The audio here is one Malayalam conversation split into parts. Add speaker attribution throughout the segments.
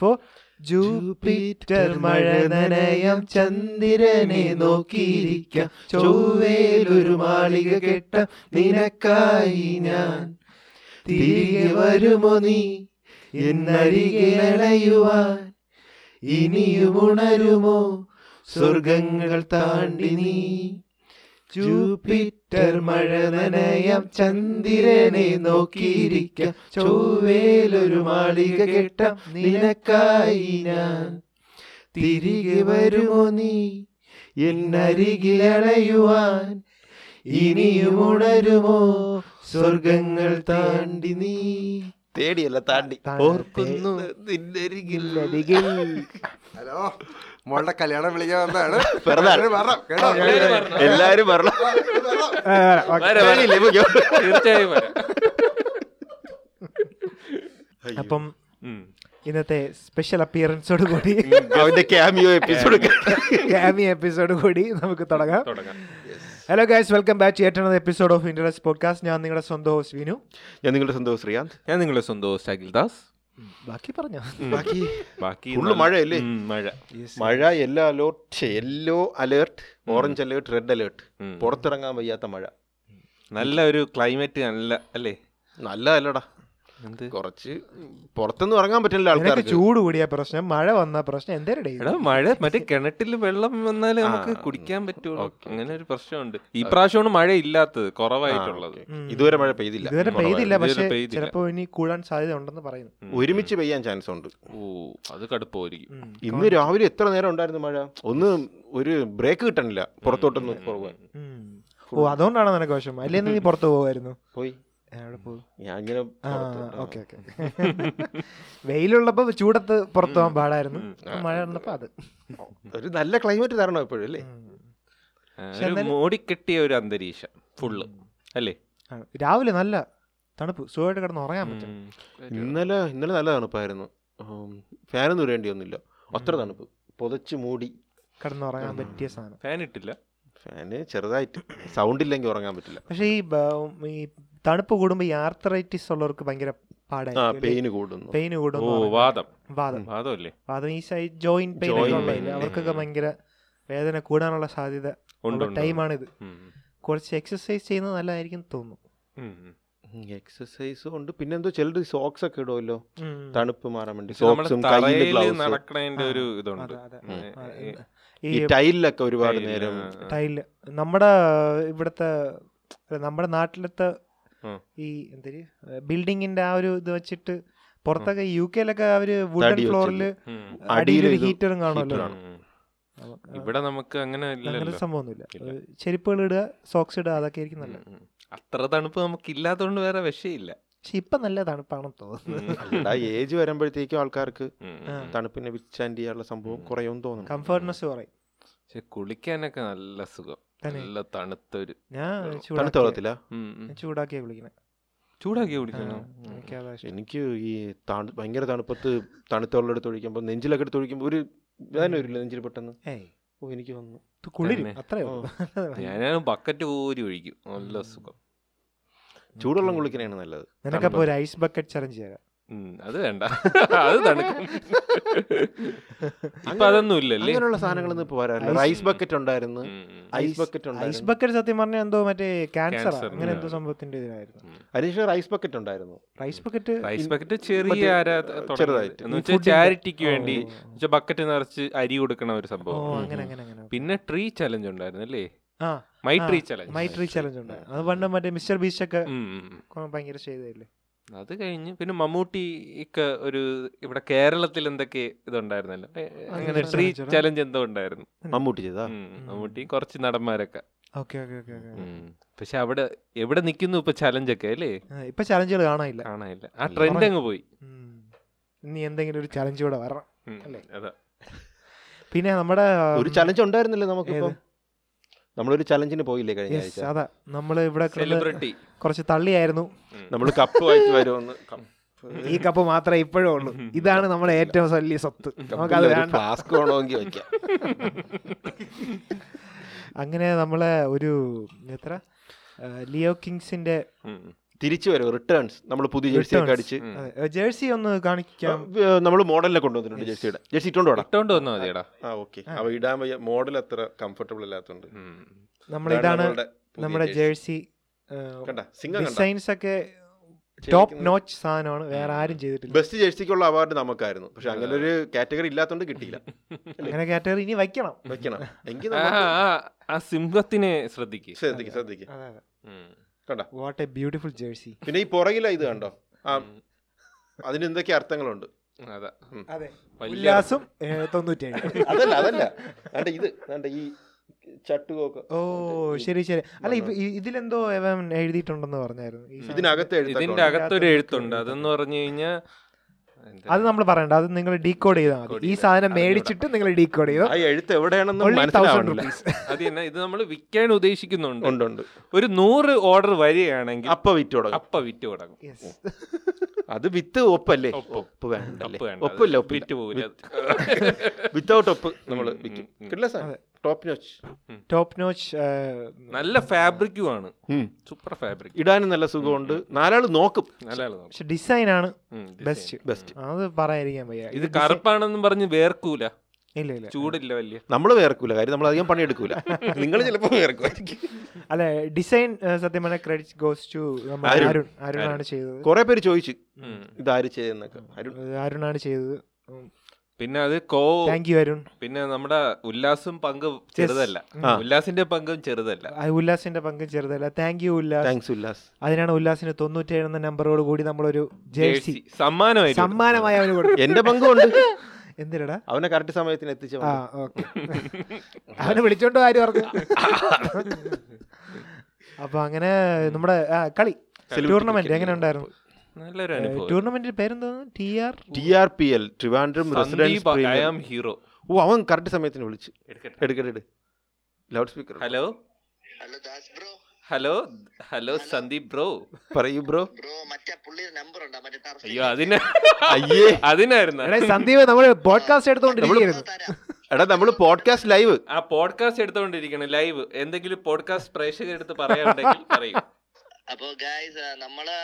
Speaker 1: ഫോർ ജൂപ്പിറ്റർ മഴ നനയം ചന്ദ്രനെ നോക്കിയിരിക്കാം ചൊവ്വേലൊരു മാളിക കെട്ട നിനക്കായി ഞാൻ തിരികെ വരുമോ നീ എന്നരികെ അണയുവാൻ ഇനിയും ഉണരുമോ സ്വർഗങ്ങൾ താണ്ടി നീ ജൂപ്പിറ്റർ മഴ നനയം ചന്ദ്രനെ നോക്കിയിരിക്കാം ചൊവ്വേലൊരു മാളിക കെട്ടം നിനക്കായി ഞാൻ തിരികെ വരുമോ നീ എന്നരികിൽ അണയുവാൻ ഇനിയും ഉണരുമോ സ്വർഗങ്ങൾ താണ്ടി നീ
Speaker 2: തേടിയല്ല താണ്ടി
Speaker 1: താണ്ടി.
Speaker 2: ഓർക്കുന്നു നിന്റെ അരികിൽ.
Speaker 3: ഹലോ മോളുടെ കല്യാണം വിളിക്കാൻ വന്നതാണ്
Speaker 2: പിറന്നാൾ.
Speaker 3: എല്ലാവരും വരണം, കേട്ടോ?
Speaker 2: എല്ലാരും പറഞ്ഞു
Speaker 3: വരണം.
Speaker 4: വരാം, വരാം. തീർച്ചയായും വരാം.
Speaker 1: അപ്പം
Speaker 4: ഉം.
Speaker 1: ഇന്നത്തെ സ്പെഷ്യൽ അപ്പിയറൻസോട് കൂടി
Speaker 2: അവന്റെ ക്യാമിയോ എപ്പിസോഡ്
Speaker 1: ക്യാമി എപ്പിസോഡ് കൂടി നമുക്ക് തുടങ്ങാം
Speaker 4: തുടങ്ങാം.
Speaker 1: Hello guys welcome back to ഏറ്റവും എപ്പിസോഡ് ഓഫ് ഇന്റർനെറ്റ് പോഡ്കാസ്റ്റ് ഞാൻ നിങ്ങളുടെ സ്വന്തം ഹോസ്റ്റ് വിനു
Speaker 2: ഞാൻ നിങ്ങളുടെ സ്വന്തം ശ്രീകാന്ത്
Speaker 4: ഞാൻ നിങ്ങളുടെ സ്വന്തം ഷാക്കിൽ ദാസ്
Speaker 1: ബാക്കി പറഞ്ഞോ
Speaker 2: ബാക്കി
Speaker 4: ബാക്കി
Speaker 2: Full
Speaker 4: നല്ല-
Speaker 2: മഴയല്ലേ?
Speaker 4: ഉം, മഴ
Speaker 2: മഴ yellow alert yellow alert orange alert red alert
Speaker 4: ഉം.
Speaker 2: പുറത്തിറങ്ങാൻ വയ്യാത്ത മഴ
Speaker 4: നല്ല ഒരു ക്ലൈമറ്റ് നല്ല അല്ലേ
Speaker 2: നല്ല അല്ലടാ
Speaker 4: എന്ത്
Speaker 2: കുറച്ച് പുറത്തൊന്നും ഇറങ്ങാൻ പറ്റില്ല
Speaker 1: എനിക്ക്
Speaker 2: ആൾക്കാർക്ക്
Speaker 1: ചൂട് കൂടിയ പ്രശ്നം മഴ വന്ന പ്രശ്നം എന്തേരുടെ
Speaker 4: എടാ മഴ മറ്റേ കിണറ്റിൽ വെള്ളം വന്നാലേ നമുക്ക്
Speaker 2: ആ,
Speaker 4: കുടിക്കാൻ പറ്റുള്ളൂ
Speaker 2: ഓക്കേ.
Speaker 4: അങ്ങനെ ഒരു പ്രശ്നമുണ്ട് ഈ പ്രാവശ്യമാണ് മഴ ഇല്ലാത്തത് കുറവായിട്ടുള്ളത്
Speaker 2: ആ, okay. ഇതുവരെ മഴ പെയ്തില്ല
Speaker 1: ഇതുവരെ
Speaker 4: ഉം,
Speaker 1: പെയ്തില്ല
Speaker 4: ഇതുവരെ
Speaker 1: പക്ഷെ
Speaker 4: പെയ്തില്ല.
Speaker 1: ചിലപ്പോ ഇനി കൂടാൻ സാധ്യത ഉണ്ടെന്ന് പറയുന്നു
Speaker 2: ഒരുമിച്ച് പെയ്യാൻ ചാൻസ് ഉണ്ട്
Speaker 4: ഓ അത് കടുപ്പമായിരിക്കും
Speaker 1: ഉം.
Speaker 2: ഇന്ന് രാവിലെ എത്ര നേരം ഉണ്ടായിരുന്നു മഴ ഒന്ന് ഒരു ബ്രേക്ക് കിട്ടണില്ല പുറത്തോട്ടൊന്ന് പോകാൻ
Speaker 1: ഉം. ഓ അതുകൊണ്ടാണ് നിനക്ക് വിഷമം അല്ലേ നീ പുറത്ത് പോവായിരുന്നു
Speaker 2: പോയി
Speaker 1: എവിടെ പോകും
Speaker 2: ഞാൻ ഇങ്ങനെ
Speaker 1: ആ
Speaker 2: പുറത്തോട്ട്, ആ.
Speaker 1: ഓക്കെ ഓക്കെ വെയിലുള്ളപ്പോ ചൂടത്ത് പുറത്ത് പോകാൻ പാടായിരുന്നു മഴ ഉള്ളപ്പോ അത്
Speaker 2: ഒരു നല്ല ക്ലൈമറ്റ് തരണം എപ്പോഴും അല്ലേ
Speaker 1: ഉം.
Speaker 4: ആ,
Speaker 1: പക്ഷെ
Speaker 4: ഒരു
Speaker 1: എന്നാലും-
Speaker 4: മൂടിക്കെട്ടിയ ഒരു അന്തരീക്ഷം ഫുള്ള് അല്ലേ
Speaker 1: ആ, രാവിലെ നല്ല തണുപ്പ് സുഖമായിട്ട് കിടന്ന് ഉറങ്ങാൻ പറ്റും
Speaker 4: ഉം.
Speaker 2: ഇന്നലെ ഇന്നലെ നല്ല തണുപ്പായിരുന്നു ഉം, ഫാനൊന്നും ഇടേണ്ടി ഒന്നുമില്ല അത്ര തണുപ്പ് പുതച്ച് മൂടി
Speaker 1: കിടന്ന് ഉറങ്ങാൻ പറ്റിയ സാധനം
Speaker 4: ഫാൻ ഇട്ടില്ല
Speaker 2: ഫാന് ചെറുതായിട്ട് സൗണ്ട് ഇല്ലെങ്കിൽ ഉറങ്ങാൻ പറ്റില്ല
Speaker 1: പക്ഷെ ഈ ബ- ഈ തണുപ്പ് കൂടുമ്പോ ഈ ആർത്തറൈറ്റിസ് ഉള്ളവർക്ക് ഭയങ്കര
Speaker 2: ആ
Speaker 1: പാടായിരിക്കും
Speaker 2: പെയിന് കൂടുന്നു
Speaker 1: പെയിന് കൂടും
Speaker 4: ഓ
Speaker 1: എന്ന് പറയും.
Speaker 4: വാദം
Speaker 1: വാദം
Speaker 4: വാദമല്ലേ
Speaker 1: വാദം ഈ സൈഡ് ജോയിന്റ് പെയിൻ
Speaker 2: Joint
Speaker 1: ഉള്ളതല്ലേ
Speaker 2: pain.
Speaker 1: അവർക്കൊക്കെ ഭയങ്കര വേദന കൂടാനുള്ള സാധ്യത
Speaker 4: ഉണ്ട് ഉണ്ട്.
Speaker 1: ടൈമാണിത്
Speaker 4: ഉം.
Speaker 1: കുറച്ച് എക്സസൈസ് ചെയ്യുന്നത് നല്ലതായിരിക്കും എന്ന് തോന്നുന്നു
Speaker 4: ഉം, ഉം.
Speaker 2: എക്സസൈസും ഉണ്ട് പിന്നെന്തോ ചിലർ സോക്സ് ഒക്കെ ഇടുമല്ലോ
Speaker 1: ഉം.
Speaker 2: തണുപ്പ് മാറാൻ വേണ്ടി
Speaker 4: പക്ഷെ നമ്മള്
Speaker 2: സോക്സും കയ്യില്
Speaker 4: തറയില്
Speaker 2: ഗ്ലൗസും
Speaker 4: നടക്കണേന്റെ ഒരു ഇതുണ്ട്
Speaker 1: അതെ, അതെ.
Speaker 4: ഉം.
Speaker 1: ആ,
Speaker 4: ഈ
Speaker 1: ഇത്
Speaker 2: ഈ
Speaker 1: ഈ
Speaker 2: ടൈലിലൊക്കെ ഒരുപാട്
Speaker 4: ടൈല്,
Speaker 2: നേരം
Speaker 4: ആ, ആ.
Speaker 1: ടൈല് നമ്മുടെ ഇവിടുത്തെ അല്ല, നമ്മുടെ നാട്ടിലത്തെ
Speaker 4: ഉം.
Speaker 1: ഈ എന്തൊരു ബിൽഡിങ്ങിന്റെ ആ ഒരു ഇത് വെച്ചിട്ട് പുറത്തൊക്കെ യു കെയിലൊക്കെ അവര് വുഡൻ
Speaker 2: തടി
Speaker 1: ഫ്ലോറിൽ
Speaker 4: ഉം.
Speaker 1: അടിയിൽ
Speaker 2: അടിയിലൊരു
Speaker 1: ഹീറ്ററും കാണുമല്ലോ
Speaker 2: heater ആണ്.
Speaker 4: ഉം.
Speaker 1: നമുക്ക്
Speaker 4: ഇവിടെ നമുക്ക് അങ്ങനെ
Speaker 1: അങ്ങനെ
Speaker 4: ഇല്ലല്ലോ
Speaker 1: സംഭവമൊന്നുമില്ല
Speaker 4: ഇല്ല.
Speaker 1: ഏഹ് ചെരുപ്പുകൾ ഇടുക സോക്സ് ഇടുക അതൊക്കെ ആയിരിക്കും നല്ലത്
Speaker 4: ഉം, ഉം. അത്ര തണുപ്പ് നമുക്ക് ഇല്ലാത്തതുകൊണ്ട് വേറെ വിഷയില്ല
Speaker 1: പക്ഷെ ഇപ്പൊ നല്ല തണുപ്പാണെന്ന് തോന്നുന്നു
Speaker 2: അല്ലടാ ഏജ് വരുമ്പോഴത്തേക്കും ആൾക്കാർക്ക്
Speaker 4: ഉം.
Speaker 1: ആ.
Speaker 2: തണുപ്പിനെ വിച്ചാൻഡ് ചെയ്യാനുള്ള സംഭവം കുറയുമെന്ന് തോന്നുന്നു
Speaker 1: കംഫർട്ട്നെസ് പറയും
Speaker 4: പക്ഷെ കുളിക്കാനൊക്കെ നല്ല സുഖം
Speaker 1: തന്നെ?
Speaker 4: നല്ല തണുത്തൊരു
Speaker 1: ഞാൻ
Speaker 2: തണുത്ത
Speaker 1: ചൂടാക്കിയ-
Speaker 2: വെള്ളത്തിലാ
Speaker 4: ഉം, ഉം.
Speaker 1: ഞാൻ ചൂടാക്കിയാ വിളിക്കണേ
Speaker 4: ചൂടാക്കി കുടിക്കണോ
Speaker 1: എനിക്ക് അതാ ഇഷ്ടം
Speaker 2: എനിക്ക് ഈ തണു ഭയങ്കര തണുപ്പത്ത് തണുത്ത വെള്ളം എടുത്ത് ഒഴിക്കുമ്പോൾ നെഞ്ചിലൊക്കെ എടുത്ത് ഒഴിക്കുമ്പോൾ ഒരു വേദന വരില്ല നെഞ്ചിൽ പെട്ടെന്ന്
Speaker 1: ഏയ്
Speaker 2: ഓ എനിക്ക് വന്നു
Speaker 1: ഇത് കുളിരും
Speaker 4: തന്നെ.
Speaker 1: അത്രേ ഉള്ളൂ
Speaker 4: ഞാൻ ബക്കറ്റ് കോരി ഒഴിക്കും നല്ല സുഖം
Speaker 2: ചൂടുവെള്ളം കുളിക്കണേണ് നല്ലത്
Speaker 1: നിനക്കപ്പോ ഒരു ഐസ് ബക്കറ്റ് ചലഞ്ച് തരാം
Speaker 4: ഉം, അത് വേണ്ട അത് തണുക്കും ഇപ്പൊ അതൊന്നും ഇല്ലല്ലേ
Speaker 2: അങ്ങനെയുള്ള സാധനങ്ങളൊന്നും ഇപ്പൊ വരാറില്ല
Speaker 1: Ice-
Speaker 2: ഐസ് ബക്കറ്റ് ഉണ്ടായിരുന്നു
Speaker 4: ഉം, ഉം.
Speaker 2: ഐസ് ബക്കറ്റ്
Speaker 1: ഐസ്
Speaker 2: ഉണ്ടായിരുന്നു
Speaker 1: ബക്കറ്റ് സത്യം പറഞ്ഞാൽ എന്തോ മറ്റേ ക്യാൻസർ
Speaker 4: Cancer,
Speaker 1: അങ്ങനെ
Speaker 4: ഉം.
Speaker 1: എന്തോ സംഭവത്തിന്റെ ഇതിലായിരുന്നു
Speaker 2: അനീഷ് ഐസ് ബക്കറ്റ് ഉണ്ടായിരുന്നു
Speaker 1: ice bucket
Speaker 4: rice
Speaker 2: in-
Speaker 4: bucket ചെറിയ
Speaker 2: മറ്റേ,
Speaker 4: ആരാ
Speaker 2: ഏഹ്,
Speaker 4: തുടങ്ങിയത്?
Speaker 2: ചെറുതായിട്ട്.
Speaker 4: എന്ന്
Speaker 1: ഈ
Speaker 4: വെച്ചാൽ
Speaker 1: food ന്റെ-
Speaker 4: ചാരിറ്റിക്ക് വേണ്ടി
Speaker 1: ഓ.
Speaker 4: വെച്ചാൽ ബക്കറ്റ് നിറച്ച് അരി കൊടുക്കണ ഒരു
Speaker 1: ഓ
Speaker 4: സംഭവം ഉം.
Speaker 1: അങ്ങനെ അങ്ങനെ അങ്ങനെ
Speaker 4: പിന്നെ ട്രീ ചലഞ്ച് ഉണ്ടായിരുന്നു അല്ലേ
Speaker 1: ആ
Speaker 4: മൈ
Speaker 1: ആ,
Speaker 4: tree challenge
Speaker 1: my tree challenge ഉണ്ട് അത് പണ്ട് മറ്റേ മിസ്റ്റർ ബീച്ച് ഒക്കെ
Speaker 4: ഉം, ഉം, ഉം.
Speaker 1: കൊ- ഭയങ്കര ചെയ്തതല്ലേ
Speaker 4: അത് കഴിഞ്ഞ് പിന്നെ മമ്മൂട്ടി ഒക്കെ ഒരു ഇവിടെ കേരളത്തിൽ എന്തൊക്കെ ഇതുണ്ടായിരുന്നല്ലോ ഏ, അങ്ങനെ
Speaker 1: ഒരു
Speaker 4: ട്രീ
Speaker 1: challenge
Speaker 4: ചലഞ്ച് എന്തോ ഉണ്ടായിരുന്നു
Speaker 2: മമ്മൂട്ടി ചെയ്താ
Speaker 4: ഉം, മമ്മൂട്ടി കുറച്ച് നടന്മാരൊക്കെ
Speaker 1: ഓക്കെ ഓക്കെ ഓക്കെ ഓക്കെ
Speaker 4: പക്ഷെ അവിടെ എവിടെ നിൽക്കുന്നു ഇപ്പൊ ചലഞ്ച് ഒക്കെ അല്ലേ
Speaker 1: ഇപ്പൊ ചലഞ്ചുകൾ കാണാനില്ല
Speaker 4: കാണാനില്ല ആ ട്രെൻഡ് അങ്ങ് പോയി
Speaker 1: ഉം. ഇനി എന്തെങ്കിലും ഒരു ചലഞ്ച് കൂടെ വരണം
Speaker 4: ഉം,
Speaker 1: അല്ലേ?
Speaker 4: അതാ
Speaker 1: പിന്നെ നമ്മുടെ
Speaker 2: ഒരു ചലഞ്ച് ഉണ്ടായിരുന്നില്ലേ നമുക്ക്
Speaker 1: ഏത്?
Speaker 2: നമ്മളൊരു ചലഞ്ചിന് പോയില്ലേ കഴിഞ്ഞ
Speaker 1: യെസ്
Speaker 2: ആഴ്ച
Speaker 1: അതാ നമ്മൾ ഇവിടെ കിടന്ന്
Speaker 4: സെലിബ്രിറ്റി
Speaker 1: കുറച്ച് തള്ളിയായിരുന്നു
Speaker 2: നമ്മൾ കപ്പ് വായിച്ച് വരുമെന്ന്
Speaker 1: ഈ കപ്പ് മാത്രമേ ഇപ്പോഴും ഉള്ളൂ ഇതാണ് നമ്മുടെ ഏറ്റവും വലിയ സ്വത്ത് നമുക്കത് വേണ്ട
Speaker 2: ഫ്ലാസ്ക് വേണമെങ്കിൽ വെക്കാം
Speaker 1: അങ്ങനെ നമ്മളെ ഒരു എത്ര ആ, ലിയോ കിങ്സിന്റെ
Speaker 2: തിരിച്ചു വരും റിട്ടേൺസ് നമ്മൾ പുതിയ ജേഴ്സി ഒക്കെ
Speaker 1: Returns.
Speaker 2: അടിച്ച്
Speaker 4: ഉം.
Speaker 1: ജേഴ്സി ഒന്ന് കാണിക്കാം
Speaker 2: നമ്മൾ മോഡലിനെ കൊണ്ടുവന്നിട്ടുണ്ട് ജേഴ്സിയുടെ ജേഴ്സി ഇട്ടോണ്ട് വേണം
Speaker 4: ഇട്ടോണ്ട് വന്നാ മതിയടാ
Speaker 2: ആ ഓക്കെ അവ ഇടാൻ വയ്യ മോഡൽ അത്ര കംഫർട്ടബിൾ അല്ലാത്തതുകൊണ്ട്
Speaker 4: ഉം.
Speaker 1: നമ്മുടെ ഇതാണ് നമ്മുടെ ജേഴ്സി
Speaker 2: കണ്ട സിംഗം കണ്ട
Speaker 1: ഡിസൈൻസ് ഒക്കെ ടോപ്പ് നോച്ച് സാധനമാണ് വേറെ ആരും ചെയ്തിട്ടില്ല
Speaker 2: ബെസ്റ്റ് ജേഴ്സിക്കുള്ള അവാർഡ് നമുക്കായിരുന്നു പക്ഷെ അങ്ങനെ ഒരു കാറ്റഗറി ഇല്ലാത്തതുകൊണ്ട് കിട്ടിയില്ല
Speaker 1: അങ്ങനെ കാറ്റഗറി ഇനി വയ്ക്കണം
Speaker 2: വെക്കണം എങ്കിൽ
Speaker 4: ആ,
Speaker 2: നമുക്ക്
Speaker 4: ആ, ആ സിംഹത്തിനെ ശ്രദ്ധിക്ക്
Speaker 2: ശ്രദ്ധിക്കും ശ്രദ്ധിക്കും
Speaker 4: ഉം.
Speaker 2: കണ്ട
Speaker 1: വാട്ട് എ ബ്യൂട്ടിഫുൾ ജേഴ്സി
Speaker 2: പിന്നെ ഈ പുറകില ഇത് കണ്ടോ ആ അതിന് എന്തൊക്കെ അർത്ഥങ്ങളുണ്ട്
Speaker 4: അതാ
Speaker 1: അതെ
Speaker 4: വലിയ-
Speaker 1: ഉല്ലാസും ഏഹ്, തൊണ്ണൂറ്റേഴ്
Speaker 2: അതല്ല അതല്ല കണ്ട ഇത് കണ്ട ഈ ചട്ടുകൊക്കെ
Speaker 1: ഓ ശരി ശരി അല്ല ഇപ്പൊ ഇ- ഇതിലെന്തോ അവൻ എഴുതിയിട്ടുണ്ടെന്ന് പറഞ്ഞായിരുന്നു ഈ സാധനം.
Speaker 2: ഇതിനകത്ത് എഴുതി
Speaker 4: ഇതിന്റെ അകത്തൊരു എഴുത്തുണ്ട് അതെന്ന് പറഞ്ഞു കഴിഞ്ഞാൽ
Speaker 1: അത് നമ്മൾ പറയണ്ട അത് നിങ്ങൾ ഡീകോഡ് ചെയ്താൽ മതി ഈ
Speaker 4: Decode
Speaker 1: സാധനം
Speaker 4: ചെയ്താ-
Speaker 1: മേടിച്ചിട്ട് നിങ്ങൾ ഡീകോഡ് ചെയ്തോ
Speaker 2: ആ എഴുത്ത് എവിടെയാണെന്ന്
Speaker 1: Only 1000
Speaker 2: മനസ്സിലാവുന്നില്ല
Speaker 1: rupees.
Speaker 4: അത് തന്നെ ഇത് നമ്മൾ വിൽക്കാൻ ഉദ്ദേശിക്കുന്നുണ്ട്
Speaker 2: ഉണ്ട് ഉണ്ട്
Speaker 4: ഒരു നൂറ് ഓർഡർ വരികയാണെങ്കിൽ
Speaker 2: അപ്പ വിറ്റ് തുടങ്ങും
Speaker 4: അപ്പ വിറ്റ് തുടങ്ങും
Speaker 1: Yes.
Speaker 2: അത് വിത്ത് ഒപ്പല്ലേ
Speaker 4: ഒപ്പ്.
Speaker 2: ഒപ്പ് വേണ്ടല്ലേ
Speaker 4: ഒപ്പ് വേണ്ട.
Speaker 2: ഒപ്പില്ല
Speaker 4: അത്
Speaker 2: ഒപ്പില്ല
Speaker 4: വിറ്റ് പോവില്ല അത്.
Speaker 2: വിത്തൗട്ട് ഒപ്പ് നമ്മൾ
Speaker 4: ഉം,
Speaker 2: വിൽക്കും
Speaker 4: ഉം, ഉം.
Speaker 2: കിട്ടില്ല sir top notch
Speaker 1: top notch
Speaker 4: നല്ല ഫാബ്രിക്കും ആണ് സൂപ്പർ ഫാബ്രിക്
Speaker 2: ഇടാനും നല്ല സുഖമുണ്ട് നാലാള് നോക്കും
Speaker 4: നല്ല ആള് നോക്ക്.
Speaker 1: പക്ഷെ ഡിസൈൻ ആണ്
Speaker 4: ഉം, design.
Speaker 1: ബെസ്റ്റ്
Speaker 2: ബെസ്റ്റ്
Speaker 1: അത് പറയാതിരിക്കാൻ വയ്യ
Speaker 4: ഇത്
Speaker 1: design-
Speaker 4: കറുപ്പാണെന്നും പറഞ്ഞ് വേർക്കൂല
Speaker 1: ഇല്ല ഇല്ല
Speaker 4: ചൂടില്ല വലിയ
Speaker 2: നമ്മൾ വേർക്കൂല കാര്യം നമ്മൾ അധികം പണിയെടുക്കൂല നിങ്ങൾ ചിലപ്പോൾ വേർക്കുമായിരിക്കും
Speaker 1: അല്ല ഡിസൈൻ സത്യം പറഞ്ഞ credit goes to
Speaker 2: Arun.
Speaker 1: Arun അരുണാണ് ചെയ്തത്
Speaker 2: കുറെ പേര് ചോദിച്ചു
Speaker 4: ഉം.
Speaker 2: ഇതാര് ചെയ്യുന്നൊക്കെ അരുൺ
Speaker 1: ഏഹ്, അരുണാണ് ചെയ്തത്
Speaker 4: പിന്നെ അത് കോ
Speaker 1: താങ്ക് യു അരുൺ
Speaker 4: പിന്നെ നമ്മുടെ ഉല്ലാസും പങ്കും ചെറുതല്ല
Speaker 2: ആ.
Speaker 4: ഉല്ലാസിന്റെ പങ്കും ചെറുതല്ല
Speaker 1: ആ, ഉല്ലാസിന്റെ പങ്കും ചെറുതല്ല thank you Ullas
Speaker 2: thanks Ullas
Speaker 1: അതിനാണ് ഉല്ലാസിന് തൊണ്ണൂറ്റേഴ് എന്ന നമ്പറോട് കൂടി നമ്മളൊരു ജേഴ്സി
Speaker 4: ജേഴ്സി സമ്മാനമായി
Speaker 1: സമ്മാനമായി അവന് കൊടുക്കും
Speaker 2: എന്റെ പങ്കുണ്ട്
Speaker 1: എന്തിനടാ
Speaker 2: അവനെ കറക്റ്റ് സമയത്തിന് എത്തിച്ചു
Speaker 1: ആ ഓക്കെ അവനെ വിളിച്ചോണ്ട് ആരും പറഞ്ഞു അപ്പൊ അങ്ങനെ നമ്മുടെ ആ, കളി ടൂർണമെന്റ് എങ്ങനെ ഉണ്ടായിരുന്നു
Speaker 4: നല്ലൊരു അനുഭവം
Speaker 1: ടൂർണമെന്റിന്റെ പേരെന്താ T R
Speaker 2: T R P L Trivandrum
Speaker 4: Sandeep I
Speaker 2: residence
Speaker 4: am hero
Speaker 2: ഓ അവൻ കറക്റ്റ് സമയത്തിന് വിളിച്ചു എടുക്കട്ടെ loud speaker
Speaker 4: hello
Speaker 5: hello Das bro
Speaker 4: hello hello Sandeep bro
Speaker 2: പറയൂ ബ്രോ
Speaker 5: ബ്രോ മറ്റേ പുള്ളിയുടെ നമ്പർ ഉണ്ടോ മറ്റേ ടർഫ്
Speaker 4: അയ്യോ അതിന്
Speaker 2: അയ്യേ
Speaker 4: അതിനായിരുന്നു
Speaker 1: എടാ സന്ദീപ് നമ്മൾ പോഡ്കാസ്റ്റ് എടുത്തോണ്ടിരിക്കുന്നു
Speaker 5: തരാം
Speaker 2: എടാ നമ്മൾ പോഡ്കാസ്റ്റ് ലൈവ്
Speaker 4: ആ പോഡ്കാസ്റ്റ് എടുത്തോണ്ടിരിക്കണം ലൈവ് എന്തെങ്കിലും പോഡ്കാസ്റ്റ് പ്രേക്ഷകരെടുത്ത് പറയാനുണ്ടെങ്കിൽ പറയും
Speaker 5: അപ്പൊ ഗായ്സ് നമ്മള്